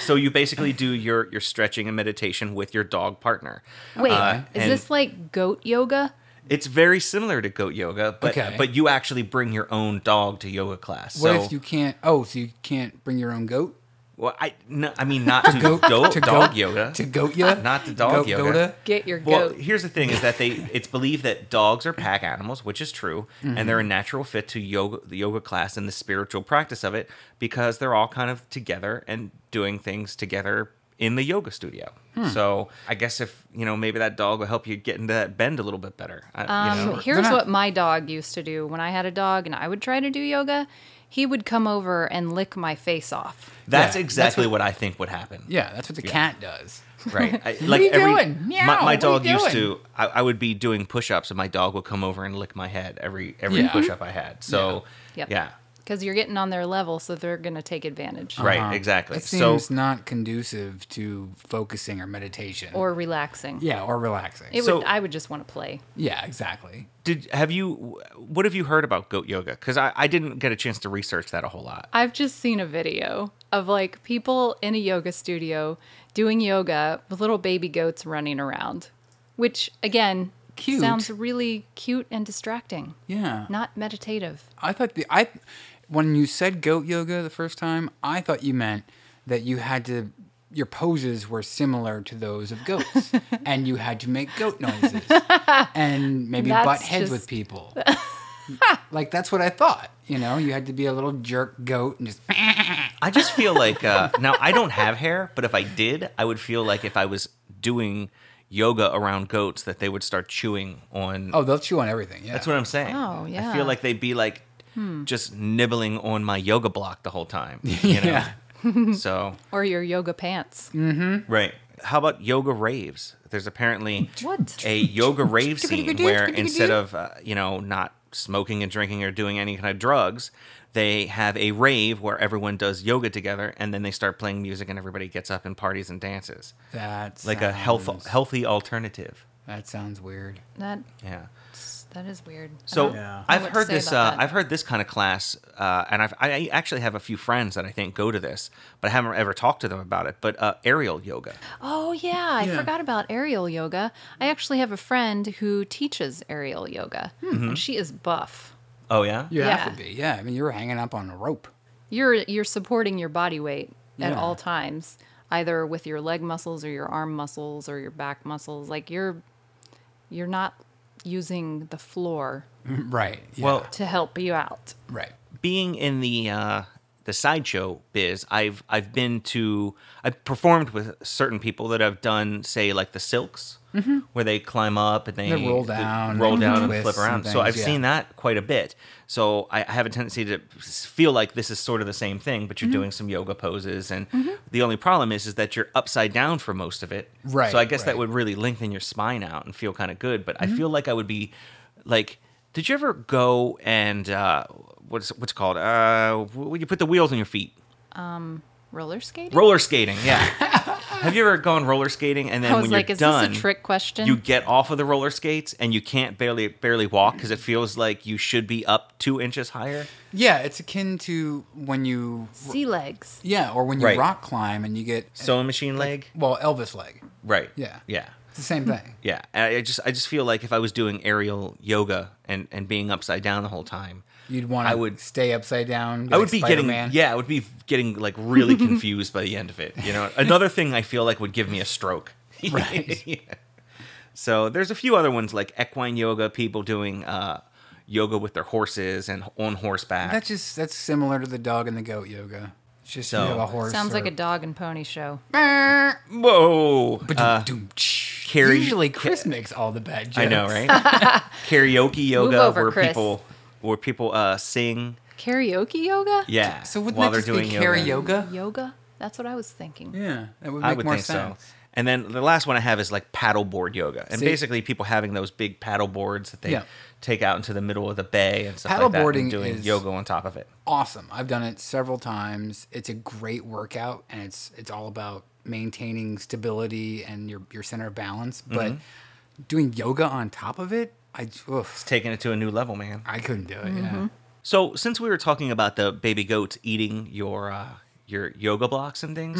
Speaker 2: so you basically do your your stretching and meditation with your dog partner.
Speaker 1: Wait,
Speaker 2: Uh,
Speaker 1: is
Speaker 2: and-
Speaker 1: this like goat yoga?
Speaker 2: It's very similar to goat yoga, but
Speaker 3: Okay.
Speaker 2: but you actually bring your own dog to yoga class.
Speaker 3: What
Speaker 2: so
Speaker 3: if you can't? Oh, so you can't bring your own goat?
Speaker 2: well, I no, I mean not to, goat,
Speaker 3: to
Speaker 2: dog
Speaker 3: goat-
Speaker 2: yoga
Speaker 3: to goat ya?
Speaker 2: not to dog
Speaker 3: Goat
Speaker 2: yoga.
Speaker 3: goda?
Speaker 1: Get your
Speaker 2: Well,
Speaker 1: goat.
Speaker 2: here's the thing: is that they it's believed that dogs are pack animals, which is true, and
Speaker 3: Mm-hmm.
Speaker 2: they're a natural fit to yoga, the yoga class, and the spiritual practice of it because they're all kind of together and doing things together in the yoga studio.
Speaker 3: Hmm.
Speaker 2: So I guess if you know, maybe that dog will help you get into that bend a little bit better. I, you
Speaker 1: Um,
Speaker 2: know.
Speaker 1: Here's
Speaker 3: not-
Speaker 1: what my dog used to do when I had a dog and I would try to do yoga. He would come over and lick my face off.
Speaker 2: that's
Speaker 3: yeah,
Speaker 2: exactly what, I think would happen.
Speaker 3: Yeah, that's what the cat does.
Speaker 2: Right. I,
Speaker 3: are you doing? Meow,
Speaker 2: my,
Speaker 3: what are
Speaker 2: my
Speaker 3: you
Speaker 2: dog used
Speaker 3: doing?
Speaker 2: to. I, I would be doing push-ups, and my dog would come over and lick my head every every
Speaker 3: Yeah.
Speaker 2: push-up I had. So
Speaker 1: Yep.
Speaker 2: yeah.
Speaker 1: Because you're getting on their level, so they're going to take advantage
Speaker 2: Right,
Speaker 3: Uh,
Speaker 2: exactly.
Speaker 3: It
Speaker 2: So
Speaker 3: seems not conducive to focusing or meditation.
Speaker 1: or relaxing.
Speaker 3: yeah, or relaxing.
Speaker 1: It
Speaker 2: So-
Speaker 1: would, I would just want to play.
Speaker 3: yeah, exactly.
Speaker 2: did have you what have you heard about goat yoga? Because I, I didn't get a chance to research that a whole lot.
Speaker 1: I've just seen a video of like people in a yoga studio doing yoga with little baby goats running around, which again
Speaker 3: Cute.
Speaker 1: sounds really cute and distracting,
Speaker 3: Yeah.
Speaker 1: not meditative.
Speaker 3: I thought the I when you said goat yoga the first time, I thought you meant that you had to your poses were similar to those of goats and you had to make goat noises and maybe
Speaker 1: That's
Speaker 3: butt heads with
Speaker 1: just-
Speaker 3: people. like that's what I thought, you know, you had to be a little jerk goat and just
Speaker 2: I just feel like uh, now I don't have hair, but if I did, I would feel like if I was doing yoga around goats, that they would start chewing on.
Speaker 3: oh, they'll chew on everything. Yeah.
Speaker 2: that's what I'm saying.
Speaker 1: Oh, yeah.
Speaker 2: I feel like they'd be like just nibbling on my yoga block the whole time. You know?
Speaker 3: Yeah.
Speaker 2: So
Speaker 1: Or your yoga pants.
Speaker 2: Mm. right. How about yoga raves? There's apparently
Speaker 1: What?
Speaker 2: a yoga rave scene where instead of uh, you know not smoking and drinking or doing any kind of drugs they have a rave where everyone does yoga together and then they start playing music and everybody gets up and parties and dances
Speaker 3: That's
Speaker 2: like a health, healthy alternative
Speaker 3: That sounds weird.
Speaker 1: That
Speaker 2: yeah
Speaker 1: that is weird. I
Speaker 2: so
Speaker 1: don't know
Speaker 2: I've
Speaker 1: what to
Speaker 2: heard
Speaker 1: say
Speaker 2: this.
Speaker 1: about
Speaker 2: Uh,
Speaker 1: that.
Speaker 2: I've heard this kind of class, uh, and I've, I I actually have a few friends that I think go to this, but I haven't ever talked to them about it. But uh, aerial yoga,
Speaker 1: Oh yeah, I
Speaker 3: Yeah.
Speaker 1: forgot about aerial yoga. I actually have a friend who teaches aerial yoga,
Speaker 2: Mm-hmm.
Speaker 1: and she is buff.
Speaker 2: oh yeah,
Speaker 3: You
Speaker 1: Yeah.
Speaker 3: have to be. Yeah. I mean, you were hanging up on a rope.
Speaker 1: You're you're supporting your body weight at
Speaker 3: Yeah.
Speaker 1: all times, either with your leg muscles or your arm muscles or your back muscles. Like you're you're not using the floor
Speaker 3: right. Yeah,
Speaker 2: Well,
Speaker 1: to help you out.
Speaker 3: right.
Speaker 2: being in the uh, the sideshow biz, I've I've been to I've performed with certain people that have done say like the silks, where they climb up and they,
Speaker 3: They roll down
Speaker 2: roll
Speaker 3: and
Speaker 2: down and
Speaker 3: twists
Speaker 2: flip around.
Speaker 3: and
Speaker 2: so I've
Speaker 3: things, yeah.
Speaker 2: seen that quite a bit. So I I have a tendency to feel like this is sort of the same thing, but you're
Speaker 1: Mm-hmm.
Speaker 2: doing some yoga poses, and the only problem is is that you're upside down for most of it.
Speaker 3: Right,
Speaker 2: So I guess that
Speaker 3: right.
Speaker 2: would really lengthen your spine out and feel kind of good. But
Speaker 1: Mm-hmm.
Speaker 2: I feel like I would be like, did you ever go and uh, what's what's it called? Uh, when you put the wheels on your feet,
Speaker 1: Roller skating.
Speaker 2: roller skating. Yeah. Have you ever gone roller skating and then
Speaker 1: I was
Speaker 2: when
Speaker 1: like,
Speaker 2: you're
Speaker 1: is
Speaker 2: done,
Speaker 1: this a trick question?
Speaker 2: you get off of the roller skates and you can't barely barely walk because it feels like you should be up two inches higher.
Speaker 3: Yeah. It's akin to when you
Speaker 1: sea legs.
Speaker 3: Yeah, or when you
Speaker 2: Right.
Speaker 3: rock climb and you get
Speaker 2: Sewing machine leg.
Speaker 3: well Elvis leg.
Speaker 2: Right.
Speaker 3: Yeah.
Speaker 2: Yeah.
Speaker 3: It's the
Speaker 2: Hmm.
Speaker 3: same thing.
Speaker 2: Yeah, I I just I just feel like if I was doing aerial yoga and and being upside down the whole time,
Speaker 3: You'd want
Speaker 2: I
Speaker 3: to
Speaker 2: would-
Speaker 3: stay upside down.
Speaker 2: I would be
Speaker 3: like Spider-Man.
Speaker 2: getting yeah, I would be getting like really confused by the end of it. You know, another thing I feel like would give me a stroke.
Speaker 3: Right.
Speaker 2: Yeah. So there's a few other ones like equine yoga, people doing uh, yoga with their horses and on horseback.
Speaker 3: That's just that's similar to the dog and the goat yoga. It's just
Speaker 2: So-
Speaker 3: you have a horse.
Speaker 1: Sounds
Speaker 3: or,
Speaker 1: like a dog and pony show.
Speaker 2: Whoa. Uh,
Speaker 3: Carry,
Speaker 2: carry-
Speaker 3: Usually Chris makes all the bad jokes.
Speaker 2: I know, right? Karaoke yoga
Speaker 1: over,
Speaker 2: where
Speaker 1: Chris.
Speaker 2: people where people uh, sing.
Speaker 1: Karaoke yoga?
Speaker 2: Yeah.
Speaker 3: So wouldn't
Speaker 2: while
Speaker 3: that
Speaker 2: they're
Speaker 3: just
Speaker 2: doing
Speaker 3: be
Speaker 2: yoga.
Speaker 3: karaoke?
Speaker 1: Yoga? That's what I was thinking.
Speaker 3: Yeah, that would make
Speaker 2: I would
Speaker 3: more
Speaker 2: think
Speaker 3: sense.
Speaker 2: so. And then the last one I have is like paddleboard yoga, and
Speaker 3: See?
Speaker 2: basically people having those big paddle boards that they
Speaker 3: Yeah.
Speaker 2: take out into the middle of the bay and stuff like that,
Speaker 3: Paddleboarding
Speaker 2: and doing
Speaker 3: is-
Speaker 2: yoga on top of it.
Speaker 3: Awesome. I've done it several times. It's a great workout, and it's it's all about maintaining stability and your your center of balance. But
Speaker 2: Mm-hmm.
Speaker 3: doing yoga on top of it, I oof.
Speaker 2: It's taking it to a new level, man.
Speaker 3: I couldn't do it. Yeah.
Speaker 2: So since we were talking about the baby goats eating your uh, your yoga
Speaker 3: Mm-hmm.
Speaker 2: blocks and things,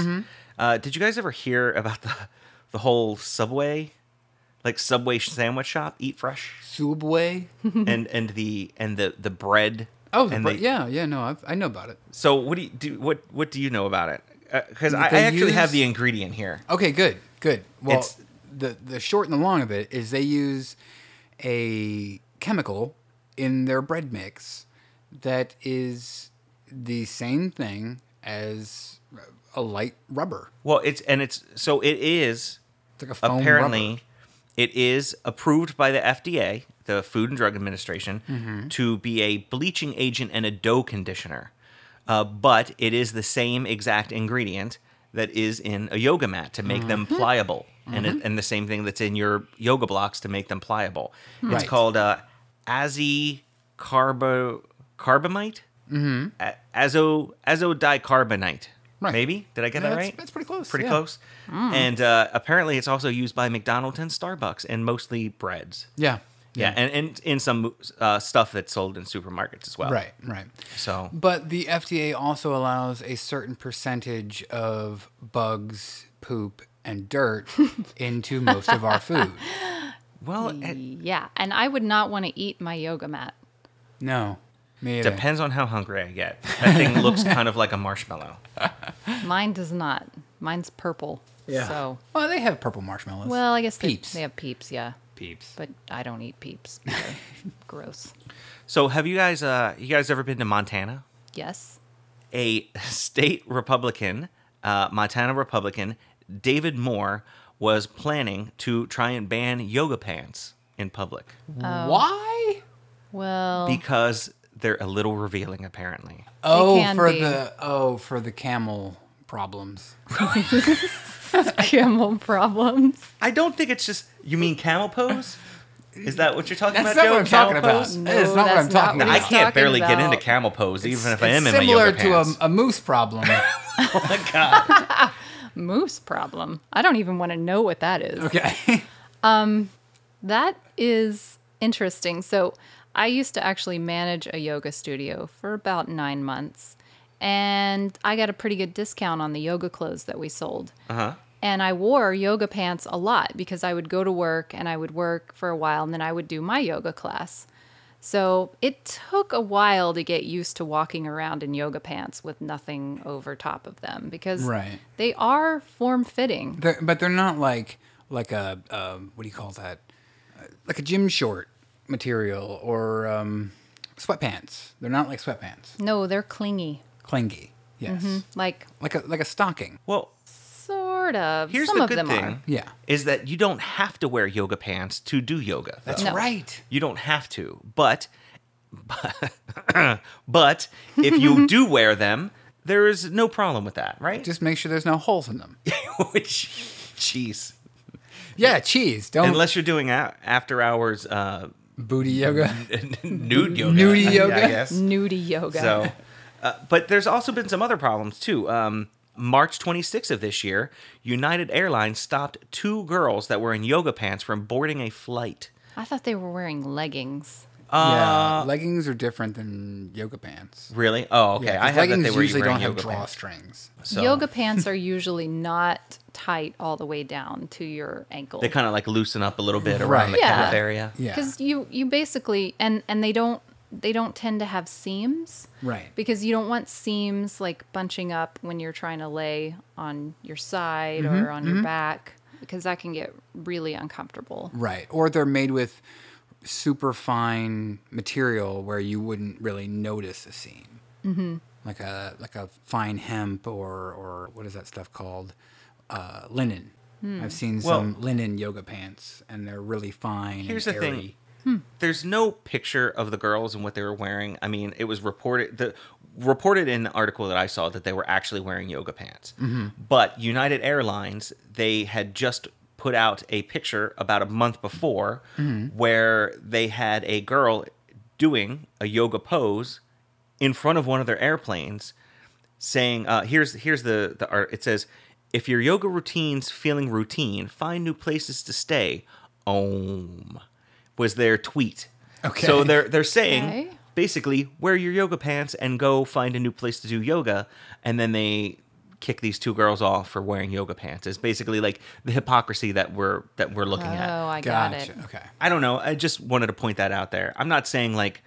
Speaker 2: uh, did you guys ever hear about the the whole subway? like Subway sandwich shop, Eat Fresh,
Speaker 3: Subway.
Speaker 2: and and the and the the bread.
Speaker 3: Oh, the
Speaker 2: and
Speaker 3: bra-
Speaker 2: they-
Speaker 3: yeah, yeah. No, I've, I know about it.
Speaker 2: So what do you do? What what do you know about it? Because I, I
Speaker 3: They
Speaker 2: actually have
Speaker 3: use-
Speaker 2: the ingredient here.
Speaker 3: Okay, good, good. Well,
Speaker 2: It's-
Speaker 3: the the short and the long of it is they use a chemical in their bread mix that is the same thing as a light rubber.
Speaker 2: Well, it's and it's so it is
Speaker 3: It's like a foam
Speaker 2: apparently
Speaker 3: rubber.
Speaker 2: it is approved by the FDA, the Food and Drug Administration,
Speaker 3: Mm-hmm.
Speaker 2: to be a bleaching agent and a dough conditioner. Uh, but it is the same exact ingredient that is in a yoga mat to make them
Speaker 3: Mm-hmm.
Speaker 2: pliable, and it, and the same thing that's in your yoga blocks to make them pliable. It's
Speaker 3: Right.
Speaker 2: called uh, azicarbo carbamide, mm-hmm. a- azo azodicarbonate.
Speaker 3: Right.
Speaker 2: Maybe did I get that
Speaker 3: Yeah, that's-
Speaker 2: right?
Speaker 3: that's pretty close,
Speaker 2: Pretty
Speaker 3: yeah. Mm.
Speaker 2: close. And uh, apparently, it's also used by McDonald's and Starbucks, and mostly breads.
Speaker 3: Yeah,
Speaker 2: Yeah, and and in some uh, stuff that's sold in supermarkets as well.
Speaker 3: right, right.
Speaker 2: So
Speaker 3: But the FDA also allows a certain percentage of bugs, poop, and dirt into most of our food.
Speaker 2: well, it
Speaker 1: Yeah, and I would not want to eat my yoga mat.
Speaker 3: No, me either.
Speaker 2: depends on how hungry I get. That thing looks kind of like a marshmallow.
Speaker 1: Mine does not. Mine's purple. Yeah. So,
Speaker 3: Well, they have purple marshmallows.
Speaker 1: well, I guess they,
Speaker 3: Peeps.
Speaker 1: they have peeps, yeah.
Speaker 2: Peeps.
Speaker 1: But I don't eat peeps. either. Gross.
Speaker 2: So have you guys uh you guys ever been to Montana?
Speaker 1: Yes.
Speaker 2: a state Republican, uh, Montana Republican, David Moore, was planning to try and ban yoga pants in public
Speaker 3: Why?
Speaker 1: Well,
Speaker 2: because they're a little revealing, apparently.
Speaker 3: Oh,
Speaker 1: can
Speaker 3: for
Speaker 1: be.
Speaker 3: the oh for the camel problems.
Speaker 1: camel problems.
Speaker 2: I don't think it's just. You mean camel pose? Is that what you're talking
Speaker 3: That's
Speaker 2: about?
Speaker 3: not what I'm
Speaker 2: Joe? Camel
Speaker 3: talking about.
Speaker 2: pose?
Speaker 3: That
Speaker 1: No,
Speaker 3: is not what
Speaker 1: that's
Speaker 3: I'm talking
Speaker 1: not
Speaker 2: I
Speaker 1: what
Speaker 3: about.
Speaker 1: he's
Speaker 2: can't
Speaker 1: talking
Speaker 2: barely get
Speaker 1: about-
Speaker 2: into camel pose, even if I am
Speaker 3: It's
Speaker 2: in my
Speaker 3: similar
Speaker 2: yoga
Speaker 3: to um,
Speaker 2: pants.
Speaker 3: a, a moose problem.
Speaker 1: Moose problem. I don't even want to know what that is.
Speaker 3: okay.
Speaker 1: That is interesting. So, I used to actually manage a yoga studio for about nine months, and I got a pretty good discount on the yoga clothes that we sold. Uh-huh. And I wore yoga pants a lot because I would go to work and I would work for a while and then I would do my yoga class. So it took a while to get used to walking around in yoga pants with nothing over top of them because
Speaker 3: Right.
Speaker 1: they are form fitting.
Speaker 3: They're, but they're not like like a um, what do you call that? Uh, Like a gym short material or um, sweatpants. They're not like sweatpants.
Speaker 1: No, they're clingy.
Speaker 3: Clingy. Yes.
Speaker 1: Like
Speaker 3: Like a like a stocking.
Speaker 2: well,
Speaker 1: sort of.
Speaker 2: here's
Speaker 1: Some
Speaker 2: the
Speaker 1: of
Speaker 2: good
Speaker 1: them
Speaker 2: thing.
Speaker 1: are.
Speaker 3: Yeah.
Speaker 2: Is that you don't have to wear yoga pants to do yoga.
Speaker 3: That's
Speaker 1: No.
Speaker 3: right.
Speaker 2: You don't have to, but but, but if you do wear them, there is no problem with that, right?
Speaker 3: Just make sure there's no holes in them.
Speaker 2: Which, jeez,
Speaker 3: Yeah, cheese. Don't
Speaker 2: unless you're doing a- after hours uh,
Speaker 3: booty yoga.
Speaker 2: nude yoga,
Speaker 3: Nudie
Speaker 2: I- I
Speaker 3: yoga.
Speaker 2: guess.
Speaker 1: Nudie yoga.
Speaker 2: So, uh, but there's also been some other problems too. Um, March 26th of this year, United Airlines stopped two girls that were in yoga pants from boarding a flight.
Speaker 1: I thought they were wearing leggings.
Speaker 3: yeah, leggings are different than yoga pants.
Speaker 2: Really? Oh, okay.
Speaker 3: Yeah, 'cause
Speaker 2: I have that
Speaker 3: leggings
Speaker 2: they were
Speaker 3: usually
Speaker 2: wearing
Speaker 3: don't have
Speaker 2: yoga pants.
Speaker 3: drawstrings.
Speaker 2: So
Speaker 1: Yoga pants are usually not tight all the way down to your ankle.
Speaker 2: They kind of like loosen up a little bit around
Speaker 3: Right.
Speaker 2: the
Speaker 1: Yeah.
Speaker 2: calf area.
Speaker 3: Yeah.
Speaker 1: Because you you basically and and they don't they don't tend to have seams.
Speaker 3: Right.
Speaker 1: Because you don't want seams like bunching up when you're trying to lay on your side
Speaker 3: Mm-hmm,
Speaker 1: or on your back because that can get really uncomfortable.
Speaker 3: Right. Or they're made with super fine material where you wouldn't really notice a seam. Mm-hmm. Like a like a fine hemp or or what is that stuff called? Uh, linen.
Speaker 1: Hmm.
Speaker 3: I've seen
Speaker 2: Well-
Speaker 3: some linen yoga pants and they're really fine. and
Speaker 2: Here's the thing.
Speaker 3: airy.
Speaker 2: There's no picture of the girls and what they were wearing. I mean, it was reported the reported in the article that I saw that they were actually wearing yoga pants. But United Airlines, they had just put out a picture about a month before where they had a girl doing a yoga pose in front of one of their airplanes saying uh, here's here's the the art it says if your yoga routine's feeling routine find new places to stay om was their tweet
Speaker 3: Okay.
Speaker 2: so they're they're saying
Speaker 1: Okay.
Speaker 2: basically wear your yoga pants and go find a new place to do yoga and then they kick these two girls off for wearing yoga pants. It's basically like the hypocrisy that we're that we're looking at.
Speaker 1: Oh, I got
Speaker 3: Gotcha.
Speaker 1: it.
Speaker 3: Okay.
Speaker 2: I don't know. I just wanted to point that out there. I'm not saying like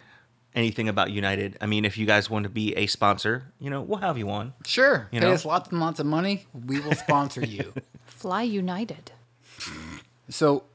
Speaker 2: anything about United. I mean, if you guys want to be a sponsor, you know, we'll have you on.
Speaker 3: Sure.
Speaker 2: You
Speaker 3: Pay
Speaker 2: know?
Speaker 3: us lots and lots of money. We will sponsor you.
Speaker 1: Fly United.
Speaker 3: So,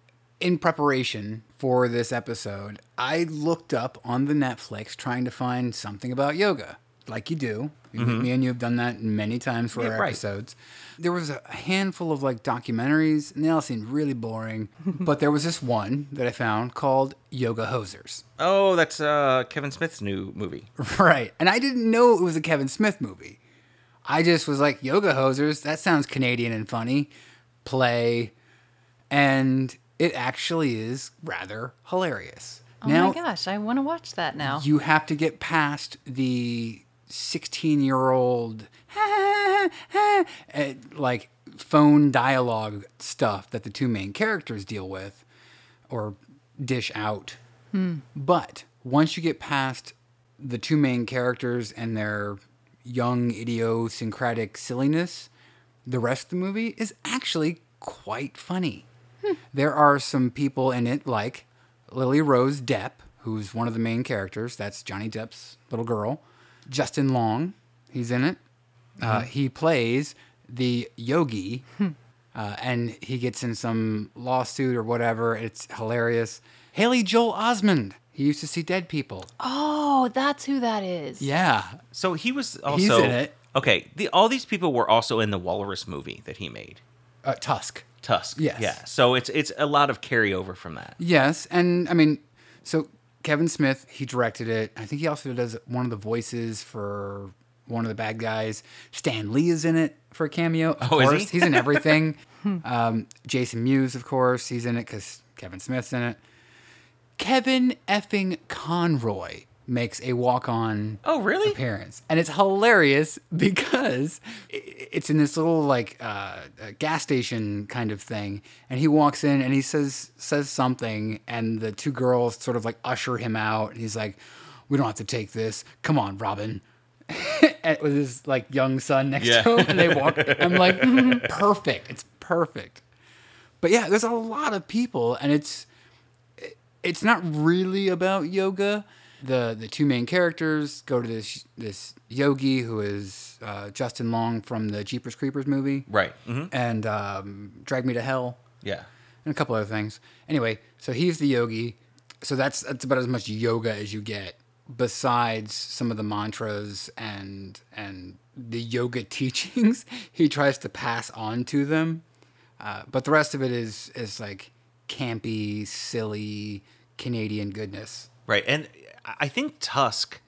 Speaker 3: in preparation for this episode, I looked up on the Netflix trying to find something about yoga, like you do. Me and you have done that many times for
Speaker 2: Mm-hmm. Yeah,
Speaker 3: our
Speaker 2: right.
Speaker 3: episodes. There was a handful of like documentaries, and they all seemed really boring. but there was this one that I found called Yoga Hosers.
Speaker 2: Oh, that's uh, Kevin Smith's new movie.
Speaker 3: Right. And I didn't know it was a Kevin Smith movie. I just was like, Yoga Hosers, that sounds Canadian and funny. Play. And it actually is rather hilarious.
Speaker 1: Oh my gosh, I want to watch that now.
Speaker 3: you have to get past the 16 year old eh, like phone dialogue stuff that the two main characters deal with or dish out. But once you get past the two main characters and their young idiosyncratic silliness, the rest of the movie is actually quite funny. There are some people in it like Lily Rose Depp, who's one of the main characters. That's Johnny Depp's little girl. Justin Long, he's in it. Uh, he plays the yogi, uh, and he gets in some lawsuit or whatever. It's hilarious. Haley Joel Osmond, he used to see dead people.
Speaker 1: oh, that's who that is.
Speaker 3: Yeah,
Speaker 2: So he was also
Speaker 3: in it.
Speaker 2: Okay, the, all these people were also in the Walrus movie that he made,
Speaker 3: uh, Tusk.
Speaker 2: Tusk.
Speaker 3: Yes.
Speaker 2: Yeah. So it's it's a lot of carryover from that.
Speaker 3: Yes, and I mean, so Kevin Smith, he directed it. I think he also does one of the voices for one of the bad guys. Stan Lee is in it for a cameo. Of
Speaker 2: Oh, is he? Hmm.
Speaker 3: course, he's in everything. um, Jason Mewes, of course, he's in it because Kevin Smith's in it. Kevin effing Conroy makes a walk-on
Speaker 2: Oh, really?
Speaker 3: appearance, and it's hilarious because i- it's in this little like uh, uh, gas station kind of thing, and he walks in and he says says something, and the two girls sort of like usher him out, and he's like, "We don't have to take this. Come on, Robin." And with his like young son next
Speaker 2: Yeah.
Speaker 3: to him, and they walk. I'm like, "Mm, perfect. It's perfect. But yeah, there's a lot of people, and it's it's not really about yoga. The the two main characters go to this this yogi who is uh, Justin Long from the Jeepers Creepers movie,
Speaker 2: Right. hmm
Speaker 3: and um, Drag Me to Hell,
Speaker 2: Yeah.
Speaker 3: and a couple other things. Anyway, so he's the yogi. So that's that's about as much yoga as you get, besides some of the mantras and and the yoga teachings he tries to pass on to them. Uh, but the rest of it is is like campy, silly Canadian goodness.
Speaker 2: Right. And I I think Tusk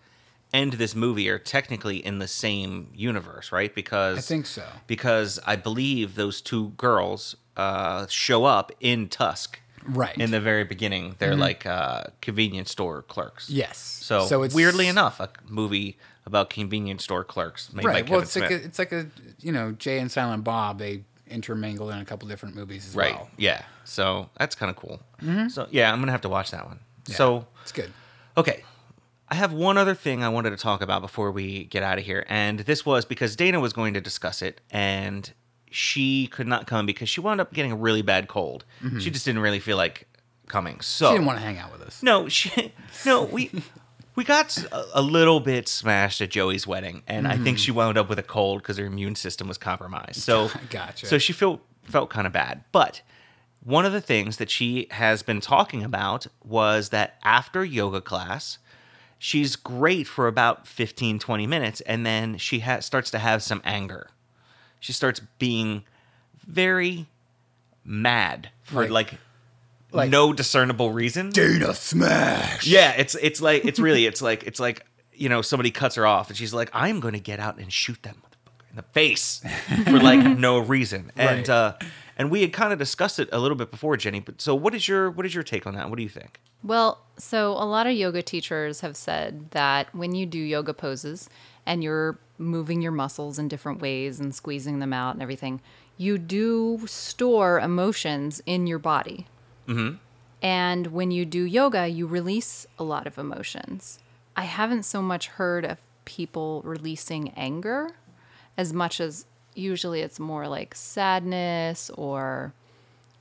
Speaker 2: and this movie are technically in the same universe, right? Because
Speaker 3: I think so.
Speaker 2: Because I believe those two girls uh, show up in Tusk.
Speaker 3: Right. Mm-hmm.
Speaker 2: In the very beginning, they're like uh, convenience store clerks.
Speaker 3: Yes.
Speaker 2: So,
Speaker 3: So it's-
Speaker 2: weirdly enough, a movie about convenience store clerks made by
Speaker 3: right.
Speaker 2: Kevin
Speaker 3: Well, it's
Speaker 2: Smith.
Speaker 3: like a, it's like a you know Jay and Silent Bob they intermingle in a couple different movies as
Speaker 2: right.
Speaker 3: well.
Speaker 2: Yeah. So that's kind of cool.
Speaker 3: Mm-hmm.
Speaker 2: So yeah, I'm gonna have to watch that one. So
Speaker 3: It's good.
Speaker 2: Okay. I have one other thing I wanted to talk about before we get out of here. And this was because Dana was going to discuss it and she could not come because she wound up getting a really bad cold. She just didn't really feel like coming. So
Speaker 3: Mm-hmm. She didn't want to hang out with us.
Speaker 2: no, she, no, we we got a, a little bit smashed at Joey's wedding, and I
Speaker 3: Mm.
Speaker 2: think she wound up with a cold because her immune system was compromised. So
Speaker 3: Gotcha.
Speaker 2: So she felt felt kind of bad, but. One of the things that she has been talking about was that after yoga class, she's great for about 15, 20 minutes, and then she ha- starts to have some anger. She starts being very mad for
Speaker 3: Like-
Speaker 2: like
Speaker 3: like-
Speaker 2: no discernible reason.
Speaker 3: Data smash.
Speaker 2: Yeah, it's it's like it's really it's like it's like you know somebody cuts her off and she's like I'm going to get out and shoot that motherfucker in the face for like no reason and
Speaker 3: Right.
Speaker 2: uh, and we had kind of discussed it a little bit before Jenny but so what is your what is your take on that what do you think
Speaker 1: Well, so a lot of yoga teachers have said that when you do yoga poses and you're moving your muscles in different ways and squeezing them out and everything, you do store emotions in your body. And when you do yoga, you release a lot of emotions. I haven't so much heard of people releasing anger as much as usually it's more like sadness or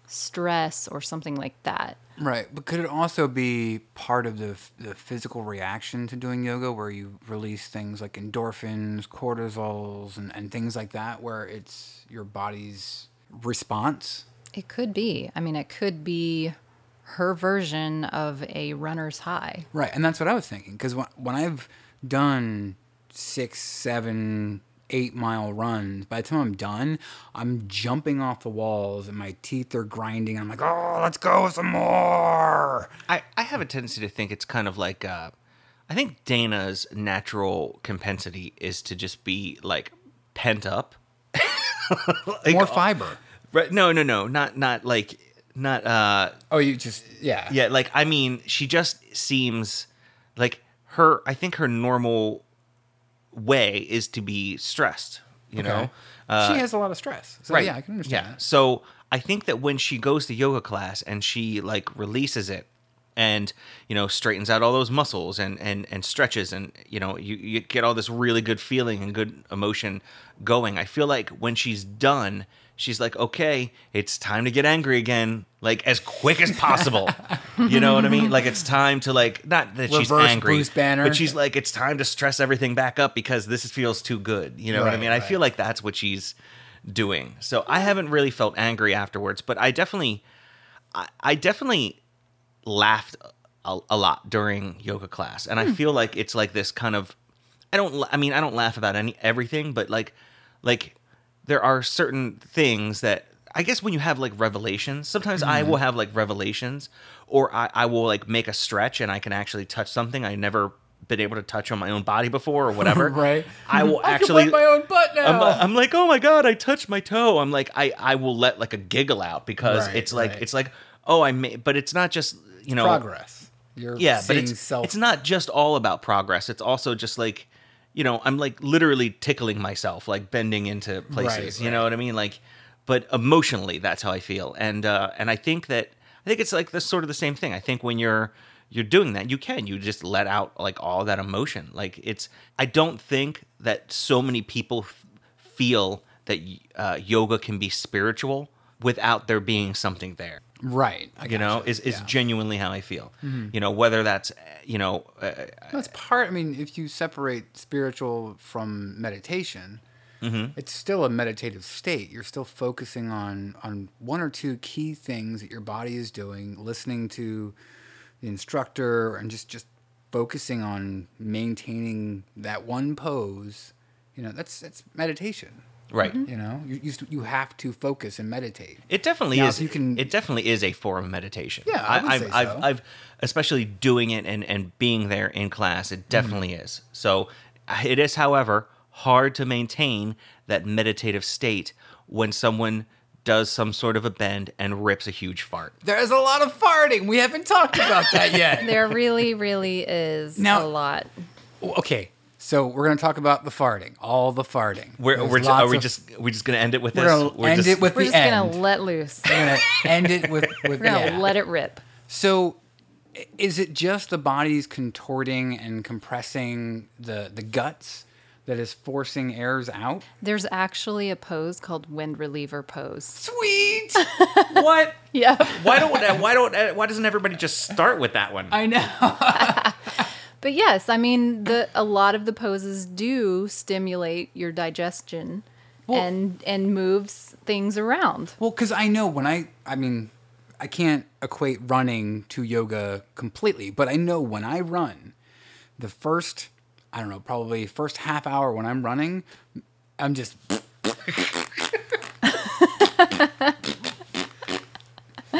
Speaker 1: stress or something like that.
Speaker 3: Right, but could it also be part of the, f- the physical reaction to doing yoga where you release things like endorphins, cortisols, and, and things like that, where it's your body's response?
Speaker 1: It could be. I mean, it could be her version of a runner's high.
Speaker 3: Right, and that's what I was thinking because when, when I've done six, seven, eight mile runs, by the time I'm done, I'm jumping off the walls and my teeth are grinding. I'm like, oh, let's go some more.
Speaker 2: I, I have a tendency to think it's kind of like uh, I think Dana's natural compensity is to just be like pent up. Like,
Speaker 3: More fiber.
Speaker 2: Right? No, no, no. Not not like not uh
Speaker 3: Oh, you just, yeah.
Speaker 2: yeah, like I mean, she just seems like her I think her normal way is to be stressed, you know. Uh,
Speaker 3: she has a lot of stress. So, yeah, I can understand
Speaker 2: Yeah.
Speaker 3: that.
Speaker 2: So I think that when she goes to yoga class and she like releases it and you know straightens out all those muscles and and and stretches and you know you, you get all this really good feeling and good emotion going i feel like when she's done she's like okay it's time to get angry again like as quick as possible you know what i mean like it's time to like not that she's
Speaker 3: Reverse
Speaker 2: angry
Speaker 3: Bruce Banner.
Speaker 2: but she's like it's time to stress everything back up because this feels too good you know what i
Speaker 3: Right,
Speaker 2: mean i
Speaker 3: right.
Speaker 2: feel like that's what she's doing so i haven't really felt angry afterwards but i definitely i, I definitely laughed a, a lot during yoga class and i
Speaker 3: Hmm.
Speaker 2: feel like it's like this kind of i don't la- i mean i don't laugh about any everything but like like there are certain things that i guess when you have like revelations sometimes i
Speaker 3: Hmm.
Speaker 2: will have like revelations or I, I will like make a stretch and i can actually touch something i never been able to touch on my own body before or whatever
Speaker 3: Right.
Speaker 2: i will
Speaker 3: I
Speaker 2: actually
Speaker 3: can wipe my own butt
Speaker 2: I'm,
Speaker 3: now.
Speaker 2: I'm like, oh my god, I touched my toe. I'm like, I, I will let like a giggle out because
Speaker 3: Right,
Speaker 2: it's like
Speaker 3: right.
Speaker 2: it's like, oh, I may, but it's not just you know
Speaker 3: Progress. You're
Speaker 2: Yeah, but
Speaker 3: seeing
Speaker 2: it's
Speaker 3: self.
Speaker 2: it's not just all about progress. It's also just like, you know, I'm like literally tickling myself, like bending into places. you know what I mean? Like, but emotionally, that's how I feel, and uh, and I think that I think it's like the sort of the same thing. I think when you're you're doing that, you can you just let out like all that emotion. Like it's I don't think that so many people f- feel that uh, yoga can be spiritual without there being something there
Speaker 3: right. I
Speaker 2: you know
Speaker 3: gotcha.
Speaker 2: is, is
Speaker 3: Yeah. Mm-hmm.
Speaker 2: genuinely how i feel you know whether that's uh, you know uh,
Speaker 3: That's part. I mean, if you separate spiritual from meditation,
Speaker 2: Mm-hmm.
Speaker 3: it's still a meditative state. You're still focusing on on one or two key things that your body is doing, listening to the instructor, and just just focusing on maintaining that one pose. You know, that's that's meditation.
Speaker 2: right
Speaker 3: You know, you you, st- you have to focus and meditate.
Speaker 2: Mm-hmm. it definitely
Speaker 3: Now,
Speaker 2: is
Speaker 3: if you can-
Speaker 2: it definitely is a form of meditation
Speaker 3: Yeah, I would
Speaker 2: have
Speaker 3: say
Speaker 2: I've,
Speaker 3: so.
Speaker 2: I've especially doing it and and being there in class
Speaker 3: Mm-hmm.
Speaker 2: it definitely is so uh, it is however hard to maintain that meditative state when someone does some sort of a bend and rips a huge fart
Speaker 3: There's a lot of farting. We haven't talked about that yet.
Speaker 1: There really, really is
Speaker 3: Now-
Speaker 1: a lot.
Speaker 3: okay, so we're gonna talk about the farting, all the farting.
Speaker 2: we're,
Speaker 3: There's
Speaker 2: we're ju-
Speaker 3: lots
Speaker 2: are we
Speaker 3: of-
Speaker 2: just we just gonna end it with
Speaker 3: We're
Speaker 2: this
Speaker 3: gonna end
Speaker 2: just-
Speaker 3: it with
Speaker 1: We're
Speaker 3: the
Speaker 1: just
Speaker 3: end.
Speaker 1: gonna let loose.
Speaker 3: We're gonna end it with with
Speaker 1: We're gonna
Speaker 3: yeah.
Speaker 1: let it rip.
Speaker 3: So, i- is it just the body's contorting and compressing the the guts that is forcing airs out?
Speaker 1: There's actually a pose called wind reliever pose.
Speaker 3: Sweet.
Speaker 2: what
Speaker 1: Yeah.
Speaker 2: why don't why don't why doesn't everybody just start with that one
Speaker 3: I know.
Speaker 1: But yes, I mean the a lot of the poses do stimulate your digestion
Speaker 3: Well-
Speaker 1: and and moves things around.
Speaker 3: Well, because I know when I, I mean, I can't equate running to yoga completely, but I know when I run, the first, I don't know, probably first half hour when I'm running, I'm just.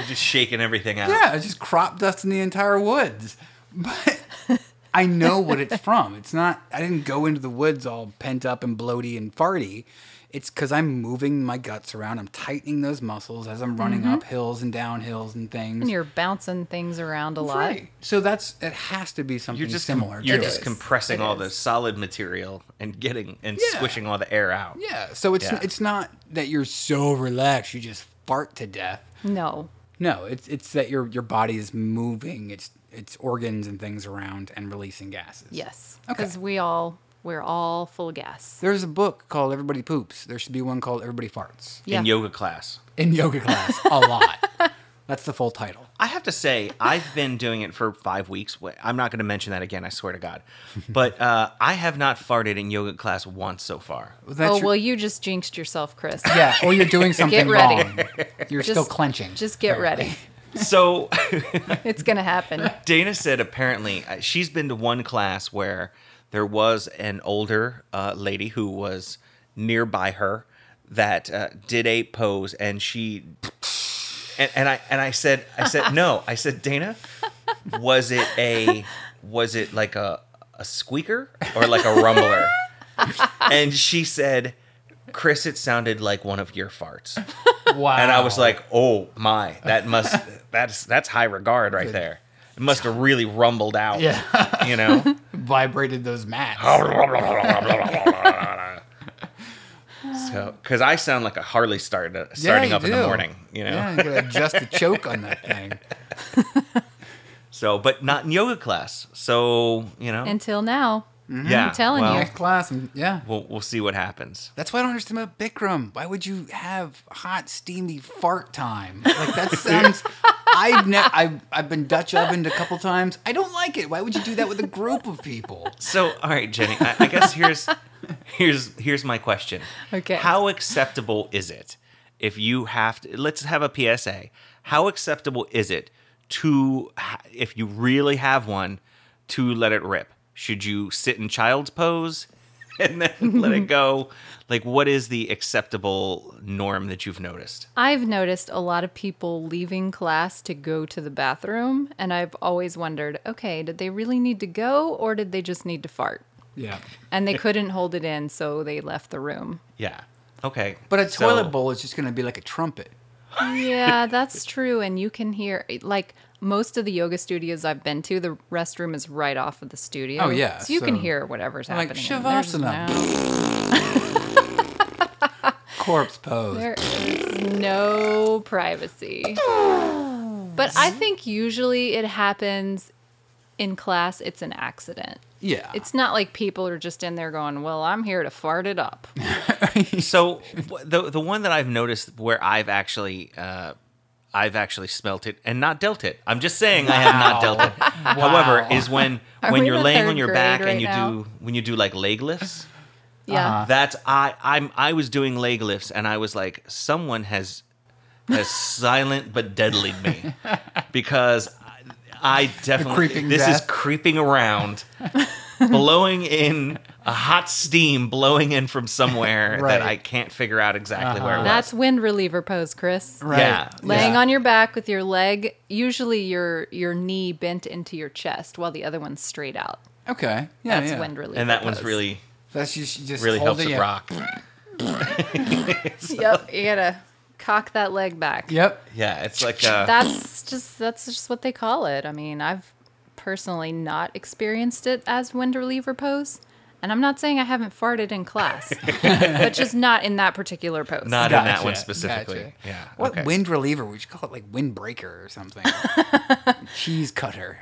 Speaker 2: just shaking everything out.
Speaker 3: Yeah, it's just crop dust in the entire woods. But I know what it's from. It's not, I didn't go into the woods all pent up and bloaty and farty. It's because I'm moving my guts around. I'm tightening those muscles as I'm running up hills and down hills and things.
Speaker 1: And you're bouncing things around a lot.
Speaker 3: right. So that's, it has to be something
Speaker 2: You're just
Speaker 3: similar.
Speaker 2: You're
Speaker 3: to
Speaker 2: just
Speaker 3: it.
Speaker 2: compressing
Speaker 1: It
Speaker 2: all
Speaker 1: is.
Speaker 2: the solid material and getting and
Speaker 3: Yeah.
Speaker 2: squishing all the air out.
Speaker 3: Yeah. So it's
Speaker 2: Yeah.
Speaker 3: it's not that you're so relaxed you just fart to death.
Speaker 1: No.
Speaker 3: No, it's it's that your your body is moving its its organs and things around and releasing gases.
Speaker 1: Yes.
Speaker 3: Okay.
Speaker 1: Because we all We're all full of gas.
Speaker 3: There's a book called Everybody Poops. There should be one called Everybody Farts
Speaker 1: Yeah.
Speaker 2: in yoga class.
Speaker 3: in yoga class a lot. That's the full title.
Speaker 2: I have to say, I've been doing it for five weeks. Wait, I'm not going to mention that again. I swear to God. But uh, I have not farted in yoga class once so far.
Speaker 3: That's
Speaker 1: oh,
Speaker 3: your-
Speaker 1: well, you just jinxed yourself, Chris.
Speaker 3: yeah, or you're doing something
Speaker 1: ready.
Speaker 3: wrong. You're still
Speaker 1: Just-
Speaker 3: clenching.
Speaker 1: Just get ready.
Speaker 2: So
Speaker 1: It's going to happen.
Speaker 2: Dana said apparently uh, she's been to one class where there was an older uh, lady who was nearby her that uh, did a pose, and she and, and I and I said I said no I said Dana was it a was it like a a squeaker or like a rumbler and she said Chris it sounded like one of your farts
Speaker 3: Wow.
Speaker 2: and I was like, "Oh my, that must that's that's high regard right there. It must have really rumbled out."
Speaker 3: Yeah.
Speaker 2: you know.
Speaker 3: vibrated those mats.
Speaker 2: so, because I sound like a Harley start, uh, starting up in the morning, you know.
Speaker 3: Yeah, you gotta adjust the choke on that thing.
Speaker 2: So, but not in yoga class. So, you know.
Speaker 1: Until now.
Speaker 2: yeah,
Speaker 1: I'm telling
Speaker 2: well,
Speaker 1: you.
Speaker 3: Next class, and yeah.
Speaker 2: We'll, we'll see what happens.
Speaker 3: That's why I don't understand about Bikram. Why would you have hot, steamy fart time? Like that sounds. I've ne- I've, I've been Dutch ovened a couple times. I don't like it. Why would you do that with a group of people?
Speaker 2: So, all right, Jenny. I, I guess here's here's here's my question.
Speaker 1: Okay.
Speaker 2: How acceptable is it if you have to? Let's have a PSA. How acceptable is it to, if you really have one, to let it rip? Should you sit in child's pose and then let it go? Like, what is the acceptable norm that you've noticed?
Speaker 1: I've noticed a lot of people leaving class to go to the bathroom, and I've always wondered okay, did they really need to go or did they just need to fart?
Speaker 3: Yeah.
Speaker 1: And they couldn't hold it in, so they left the room.
Speaker 2: Yeah. Okay.
Speaker 3: But a
Speaker 2: so-
Speaker 3: toilet bowl is just gonna be like a trumpet.
Speaker 1: Yeah, that's true. And you can hear, like, most of the yoga studios I've been to, the restroom is right off of the studio.
Speaker 3: Oh, yeah,
Speaker 1: So you can
Speaker 3: so-
Speaker 1: hear whatever's
Speaker 3: Like
Speaker 1: happening. There's
Speaker 3: shavasana.
Speaker 1: no-
Speaker 3: Corpse pose.
Speaker 1: There is no privacy. But I think usually it happens in class, it's an accident.
Speaker 3: yeah.
Speaker 1: It's not like people are just in there going, Well, I'm here to fart it up.
Speaker 3: Uh-huh.
Speaker 2: so w- the the one that I've noticed where I've actually uh, I've actually smelt it and not dealt it. I'm just saying I have not dealt it. However, is when
Speaker 1: Are
Speaker 2: when
Speaker 1: we
Speaker 2: you're
Speaker 1: in
Speaker 2: laying
Speaker 1: third
Speaker 2: on your
Speaker 1: grade
Speaker 2: back
Speaker 1: right
Speaker 2: and you
Speaker 1: now?
Speaker 2: do when you do like leg lifts.
Speaker 1: Yeah.
Speaker 2: That's I I'm I was doing leg lifts and I was like someone has has silent but deadlied me because I, I definitely
Speaker 3: creeping
Speaker 2: this is
Speaker 3: death.
Speaker 2: creeping around blowing in a hot steam blowing in from somewhere
Speaker 3: Right. Uh-huh.
Speaker 2: that I can't figure out exactly where it was.
Speaker 1: That's wind reliever pose, Chris.
Speaker 3: right.
Speaker 2: yeah.
Speaker 1: Laying on your back with your leg, usually your your knee bent into your chest while the other one's straight out.
Speaker 3: Okay. Yeah.
Speaker 1: That's
Speaker 3: yeah.
Speaker 1: wind reliever.
Speaker 2: and that one's
Speaker 1: pose.
Speaker 2: really
Speaker 3: That's just just
Speaker 2: really helps
Speaker 3: holding
Speaker 2: it
Speaker 3: it.
Speaker 2: rock.
Speaker 1: Yep, you gotta cock that leg back.
Speaker 3: Yep.
Speaker 2: Yeah, it's like uh,
Speaker 1: that's just that's just what they call it. I mean, I've personally not experienced it as wind reliever pose, and I'm not saying I haven't farted in class, but just not in that particular pose.
Speaker 2: not in that
Speaker 3: Gotcha,
Speaker 2: one specifically.
Speaker 3: gotcha.
Speaker 2: Yeah.
Speaker 3: What
Speaker 2: okay.
Speaker 3: wind reliever? We should call it like windbreaker or something. Cheese cutter.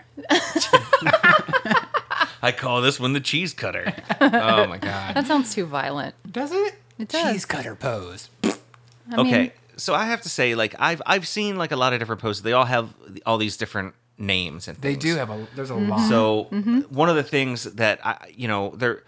Speaker 2: I call this one the cheese cutter. oh my god.
Speaker 1: that sounds too violent.
Speaker 3: Does it?
Speaker 1: It does.
Speaker 3: Cheese cutter pose.
Speaker 2: okay.
Speaker 1: mean-
Speaker 2: so I have to say, like I've I've seen like a lot of different poses. They all have all these different names and
Speaker 3: They
Speaker 2: things.
Speaker 3: do have a. There's a
Speaker 1: Mm-hmm.
Speaker 3: lot.
Speaker 2: So one of the things that I, you know, there,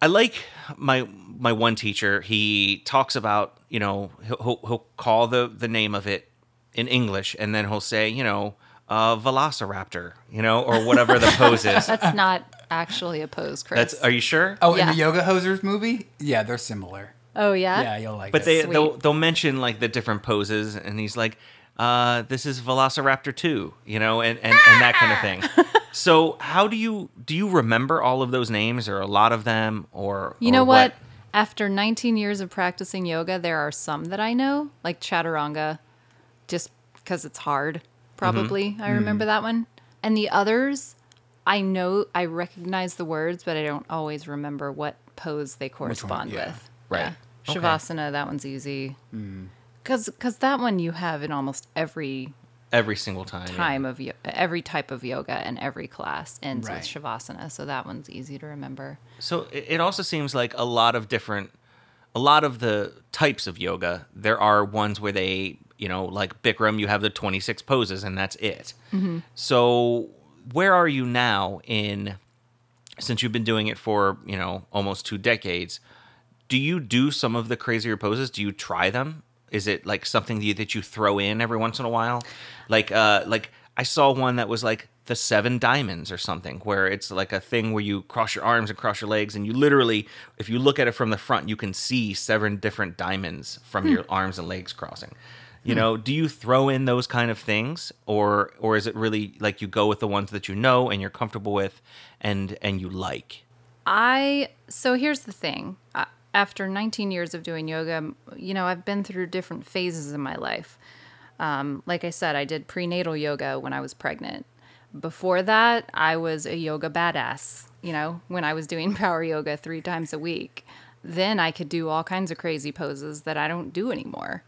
Speaker 2: I like my my one teacher. He talks about, you know, he'll he'll, he'll call the the name of it in English, and then he'll say, you know, uh, Velociraptor, you know, or whatever the pose is.
Speaker 1: That's not actually a pose, Chris.
Speaker 2: That's. Are you sure?
Speaker 3: Oh, in
Speaker 1: Yeah.
Speaker 3: the Yoga Hosers movie? Yeah, they're similar.
Speaker 1: oh yeah.
Speaker 3: Yeah, you'll like
Speaker 2: but
Speaker 3: it.
Speaker 2: they
Speaker 1: sweet.
Speaker 2: they'll, they'll mention like the different poses and he's like uh, this is velociraptor 2 you know and, and, and that kind of thing so how do you do you remember all of those names or a lot of them or
Speaker 1: You
Speaker 2: or
Speaker 1: know what? After 19 years of practicing yoga, there are some that I know, like chaturanga, just because it's hard.
Speaker 2: Mm-hmm.
Speaker 1: Probably
Speaker 2: Mm.
Speaker 1: I remember that one. And the others, I know I recognize the words, but I don't always remember what pose they correspond
Speaker 3: yeah.
Speaker 1: with.
Speaker 2: Right.
Speaker 1: Yeah.
Speaker 2: Okay. Mm.
Speaker 1: Shavasana, that one's easy. Because that one you have in almost every
Speaker 2: every single time. yeah.
Speaker 1: time of yo- every type of yoga and every class ends
Speaker 3: Right.
Speaker 1: with shavasana, so that one's easy to remember.
Speaker 2: So it it also seems like a lot of different, a lot of the types of yoga. There are ones where they, you know, like Bikram, you have the 26 poses and that's it. So where are you now in, since you've been doing it for, you know, almost two decades, do you do some of the crazier poses? Do you try them? Is it like something that you, that you throw in every once in a while? Like, uh, like I saw one that was like the seven diamonds or something, where it's like a thing where you cross your arms and cross your legs, and you literally, if you look at it from the front, you can see seven different diamonds from your arms and legs crossing. You know, do you throw in those kind of things, or or is it really like you go with the ones that you know and you're comfortable with, and and you like?
Speaker 1: I so here's the thing. I- After 19 years of doing yoga, m- you know, I've been through different phases in my life. Um, like I said, I did prenatal yoga when I was pregnant. Before that, I was a yoga badass, you know, when I was doing power yoga three times a week. Then I could do all kinds of crazy poses that I don't do anymore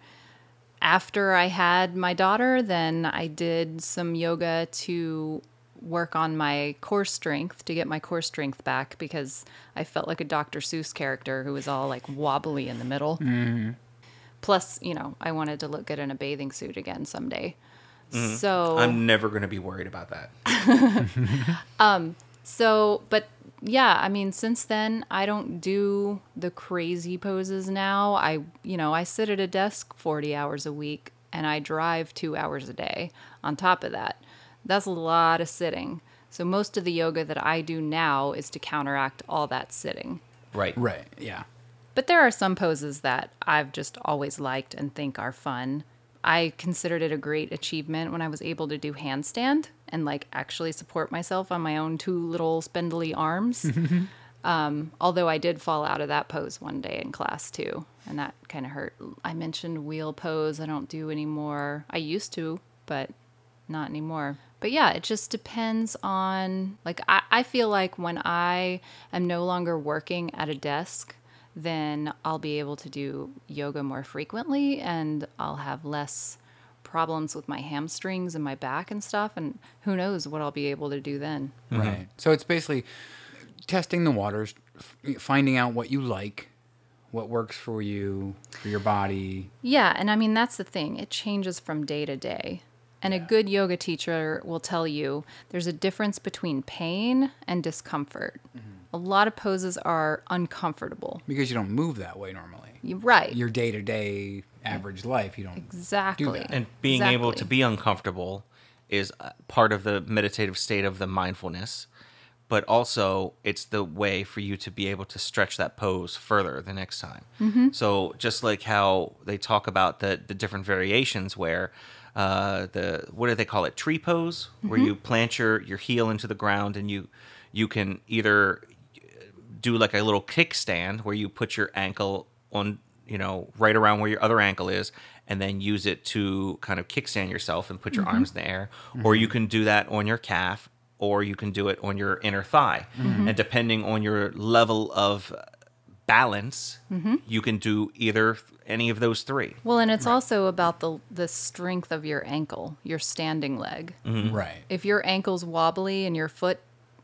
Speaker 1: after I had my daughter, then I did some yoga to work on my core strength to get my core strength back because I felt like a Dr. Seuss character who was all like wobbly in the middle. Plus, you know, I wanted to look good in a bathing suit again someday. So
Speaker 2: I'm never going to be worried about that.
Speaker 1: So, but yeah, I mean, since then, I don't do the crazy poses now. I, you know, I sit at a desk 40 hours a week and I drive two hours a day on top of that. That's a lot of sitting. So, most of the yoga that I do now is to counteract all that sitting.
Speaker 2: Right.
Speaker 3: Right. Yeah.
Speaker 1: But there are some poses that I've just always liked and think are fun. I considered it a great achievement when I was able to do handstand and like actually support myself on my own two little spindly arms. um, although I did fall out of that pose one day in class too, and that kind of hurt. I mentioned wheel pose, I don't do anymore. I used to, but not anymore. But yeah, it just depends on like I, I feel like when I am no longer working at a desk, then I'll be able to do yoga more frequently and I'll have less problems with my hamstrings and my back and stuff and who knows what I'll be able to do then.
Speaker 2: Mm-hmm.
Speaker 3: Right. So it's basically testing the waters, f- finding out what you like, what works for you, for your body.
Speaker 1: Yeah, and I mean that's the thing. It changes from day to day. And a good yoga teacher will tell you there's a difference between pain and discomfort. A lot of poses are uncomfortable.
Speaker 3: Because you don't move that way normally.
Speaker 1: You're right.
Speaker 3: Your day to day average life, you don't.
Speaker 1: exactly.
Speaker 2: And being able to
Speaker 1: Exactly.
Speaker 2: be uncomfortable is uh, part of the meditative state of the mindfulness, but also it's the way for you to be able to stretch that pose further the next time.
Speaker 1: Mm-hmm.
Speaker 2: So just like how they talk about the the different variations where uh, the what do they call it tree pose
Speaker 1: Mm-hmm.
Speaker 2: where you plant your your heel into the ground and you you can either do like a little kickstand where you put your ankle on, you know, right around where your other ankle is, and then use it to kind of kickstand yourself and put your arms in the air. Or you can do that on your calf, or you can do it on your inner thigh. And depending on your level of balance, you can do either any of those three.
Speaker 1: Well, and it's also about the the strength of your ankle, your standing leg.
Speaker 2: Mm-hmm.
Speaker 3: Right.
Speaker 1: If your ankle's wobbly and your foot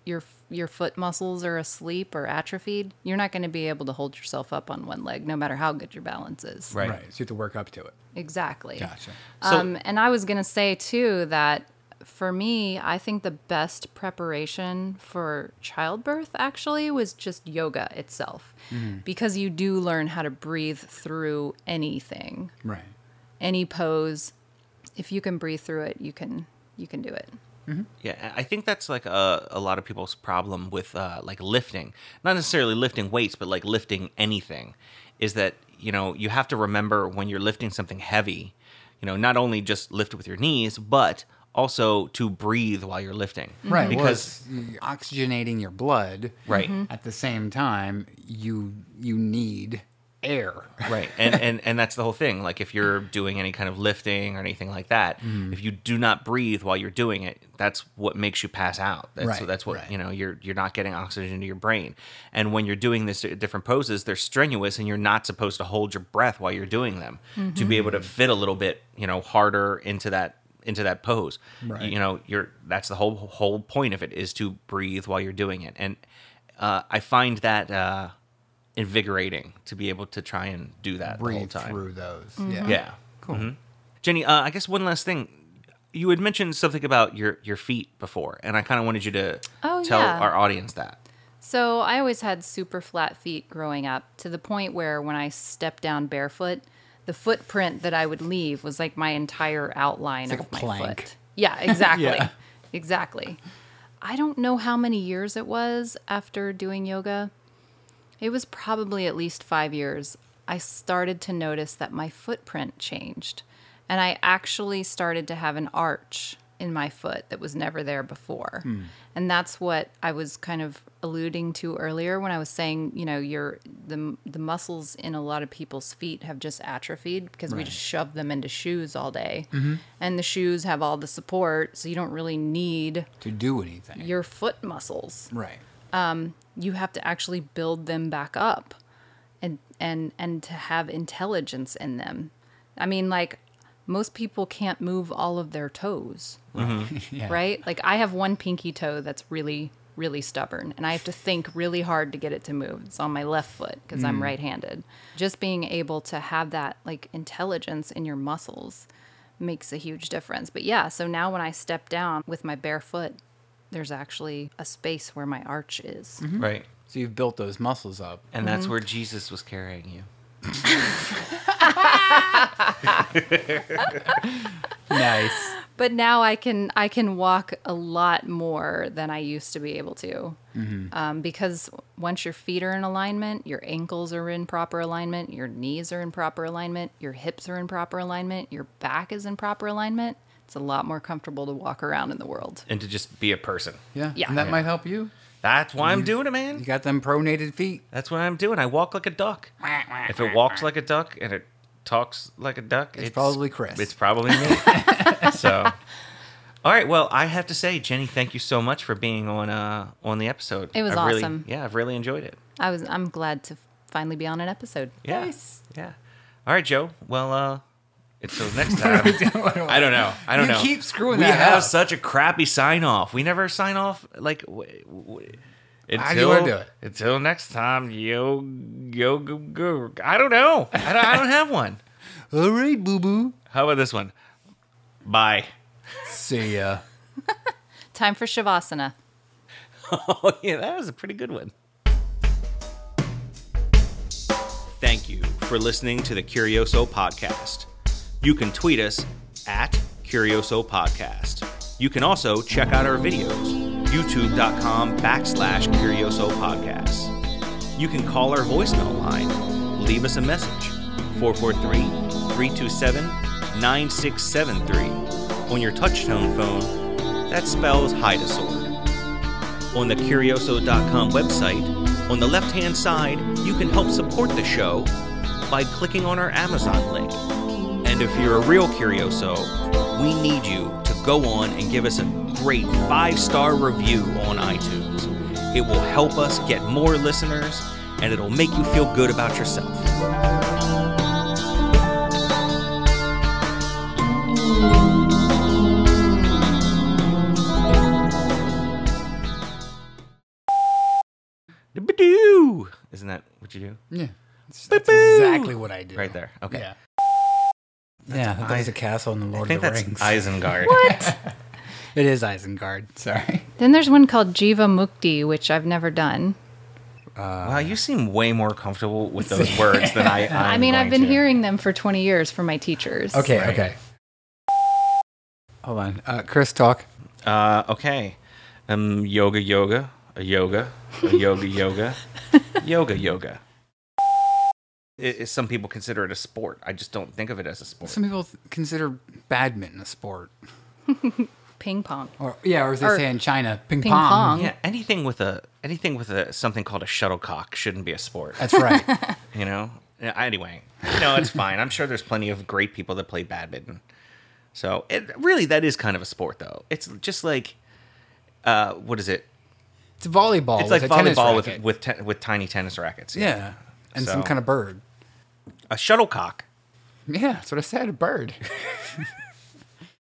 Speaker 1: your your foot muscles are asleep or atrophied, you're not going to be able to hold yourself up on one leg no matter how good your balance is.
Speaker 3: Right. So you have to work up to it.
Speaker 1: Exactly.
Speaker 3: Gotcha.
Speaker 2: So-
Speaker 1: um, and I was going to say too that for me, I think the best preparation for childbirth actually was just yoga itself because you do learn how to breathe through anything,
Speaker 3: Right.
Speaker 1: any pose. If you can breathe through it, you can you can do it.
Speaker 2: Yeah, I I think that's like a, a lot of people's problem with uh, like lifting, not necessarily lifting weights, but like lifting anything, is that you know you have to remember when you're lifting something heavy, you know, not only just lift with your knees, but also to breathe while you're lifting,
Speaker 3: Mm-hmm. Right.
Speaker 2: Because
Speaker 3: Because oxygenating your blood.
Speaker 2: Right. Mhm.
Speaker 3: At the same time, you you need air.
Speaker 2: right, and, and and that's the whole thing. Like if you're doing any kind of lifting or anything like that,
Speaker 3: Mm-hmm.
Speaker 2: if you do not breathe while you're doing it, that's what makes you pass out. That's
Speaker 3: Right,
Speaker 2: that's what
Speaker 3: right.
Speaker 2: you know. you know you're you're not getting oxygen to your brain and when you're doing this uh, different poses they're strenuous and you're not
Speaker 3: Mm-hmm.
Speaker 2: supposed to hold your breath while you're doing them to be able to fit a little bit you know harder into that into that pose.
Speaker 3: Right.
Speaker 2: You know, you're that's the whole whole point of it is to breathe while you're doing it, and uh, I find that uh, invigorating to be able to try and do that the whole
Speaker 3: breathe
Speaker 2: time.
Speaker 3: through those. Yeah. Mm-hmm.
Speaker 2: Yeah. Cool. Jenny, uh, I guess one last thing. You had mentioned something about your, your feet before, and I kind of wanted you to
Speaker 1: Oh,
Speaker 2: tell
Speaker 1: yeah.
Speaker 2: our audience that.
Speaker 1: So I always had super flat feet growing up to the point where when I stepped down barefoot, the footprint that I would leave was like my entire outline
Speaker 3: like
Speaker 1: of
Speaker 3: a
Speaker 1: my
Speaker 3: plank.
Speaker 1: foot. Yeah, exactly.
Speaker 3: Yeah.
Speaker 1: Exactly. I don't know how many years it was after doing yoga. It was probably at least five years. I started to notice that my footprint changed. And I actually started to have an arch in my foot that was never there before. And that's what I was kind of alluding to earlier when I was saying, you know, your the the muscles in a lot of people's feet have just atrophied because we just shove them into shoes all day. And the shoes have all the support, so you don't really need
Speaker 3: To do anything.
Speaker 1: your foot muscles
Speaker 3: right.
Speaker 1: you have to actually build them back up and and and to have intelligence in them i mean like most people can't move all of their toes
Speaker 3: Yeah.
Speaker 1: right like i have one pinky toe that's really really stubborn and i have to think really hard to get it to move it's on my left foot because i'm right-handed just being able to have that like intelligence in your muscles makes a huge difference but yeah so now when i step down with my bare foot there's actually a space where my arch is
Speaker 3: Mm-hmm.
Speaker 2: Right.
Speaker 3: So you've built those muscles up.
Speaker 2: And
Speaker 1: Mm-hmm.
Speaker 2: that's where Jesus was carrying you.
Speaker 3: Nice.
Speaker 1: but now I can I can walk a lot more than I used to be able to,
Speaker 2: Mm-hmm.
Speaker 1: um, because once your feet are in alignment, your ankles are in proper alignment, your knees are in proper alignment, your hips are in proper alignment, your back is in proper alignment. It's a lot more comfortable to walk around in the world.
Speaker 2: And to just be a person.
Speaker 3: Yeah.
Speaker 1: Yeah.
Speaker 3: And that
Speaker 1: Yeah.
Speaker 3: might help you.
Speaker 2: That's why I'm doing it,
Speaker 3: You
Speaker 2: man.
Speaker 3: got them pronated feet.
Speaker 2: That's what I'm doing. I walk like a duck. If it walks like a duck and it talks like a duck, it's,
Speaker 3: probably Chris.
Speaker 2: It's probably me. so, all right. Well, I have to say, Jenny, thank you so much for being on uh, on the episode.
Speaker 1: It was
Speaker 2: I've really-
Speaker 1: awesome.
Speaker 2: yeah, I've really enjoyed it.
Speaker 1: I was I'm glad to finally be on an episode.
Speaker 2: Yeah. Yeah. All right, Joe. Well, uh, until next time. I don't know. I don't
Speaker 3: You
Speaker 2: know.
Speaker 3: keep screwing
Speaker 2: we
Speaker 3: that
Speaker 2: have
Speaker 3: up.
Speaker 2: such a crappy sign off. We never sign off like. W- w-
Speaker 3: How do you wanna
Speaker 2: until,
Speaker 3: do it?
Speaker 2: until next time, yo, yo, go, go. I don't know. I don't, I don't have one.
Speaker 3: All right, boo boo.
Speaker 2: How about this one? Bye.
Speaker 3: See ya.
Speaker 1: Time for shavasana.
Speaker 2: Oh, yeah, that was a pretty good one. Thank you for listening to the Curioso Podcast. You can tweet us at Curioso Podcast. You can also check out our videos, youtube.com backslash Curioso Podcast. You can call our voicemail line, leave us a message, 443 327 9673. On your touchtone phone, that spells hide a sword on the Curioso.com website, on the left hand side, you can help support the show by clicking on our Amazon link. And if you're a real Curioso, we need you to go on and give us a great five star review on iTunes. It will help us get more listeners and it'll make you feel good about yourself. Ba-doo! Isn't that what you do?
Speaker 3: Yeah. That's
Speaker 2: Boo-boo.
Speaker 3: exactly what I do.
Speaker 2: Right there. Okay.
Speaker 3: Yeah. Yeah, that was a castle in the
Speaker 2: I
Speaker 3: Lord
Speaker 2: think
Speaker 3: of the
Speaker 2: that's
Speaker 3: Rings.
Speaker 2: Isengard.
Speaker 3: it is Isengard. Sorry.
Speaker 1: Then there's one called Jiva Mukti, which I've never done.
Speaker 2: Wow, you seem way more comfortable with those words than I. I'm
Speaker 1: I mean, I've
Speaker 2: going to.
Speaker 1: been hearing them for 20 years from my teachers.
Speaker 3: Okay,
Speaker 2: Right.
Speaker 3: okay. Hold on. Uh, Chris, talk.
Speaker 2: Uh, okay. Um, yoga, yoga, a yoga, a yoga, yoga, yoga, yoga. It, it- some people consider it a sport. I just don't think of it as a sport.
Speaker 3: Some people th- consider badminton a sport.
Speaker 1: Ping pong.
Speaker 3: Or Yeah, or as they
Speaker 1: Or
Speaker 3: say in China, ping,
Speaker 1: ping
Speaker 3: pong.
Speaker 1: pong.
Speaker 2: yeah, anything with a anything with a something called a shuttlecock shouldn't be a sport.
Speaker 3: That's right.
Speaker 2: You know. Yeah, Anyway, no, it's fine. I'm sure there's plenty of great people that play badminton. So it really that is kind of a sport though. It's just like, uh, what is it?
Speaker 3: it's volleyball.
Speaker 2: It's like
Speaker 3: with a tennis
Speaker 2: volleyball with
Speaker 3: racket.
Speaker 2: with te- with tiny tennis rackets.
Speaker 3: Yeah. And some
Speaker 2: So-
Speaker 3: kind of bird.
Speaker 2: a shuttlecock.
Speaker 3: Yeah, that's what I said, a bird.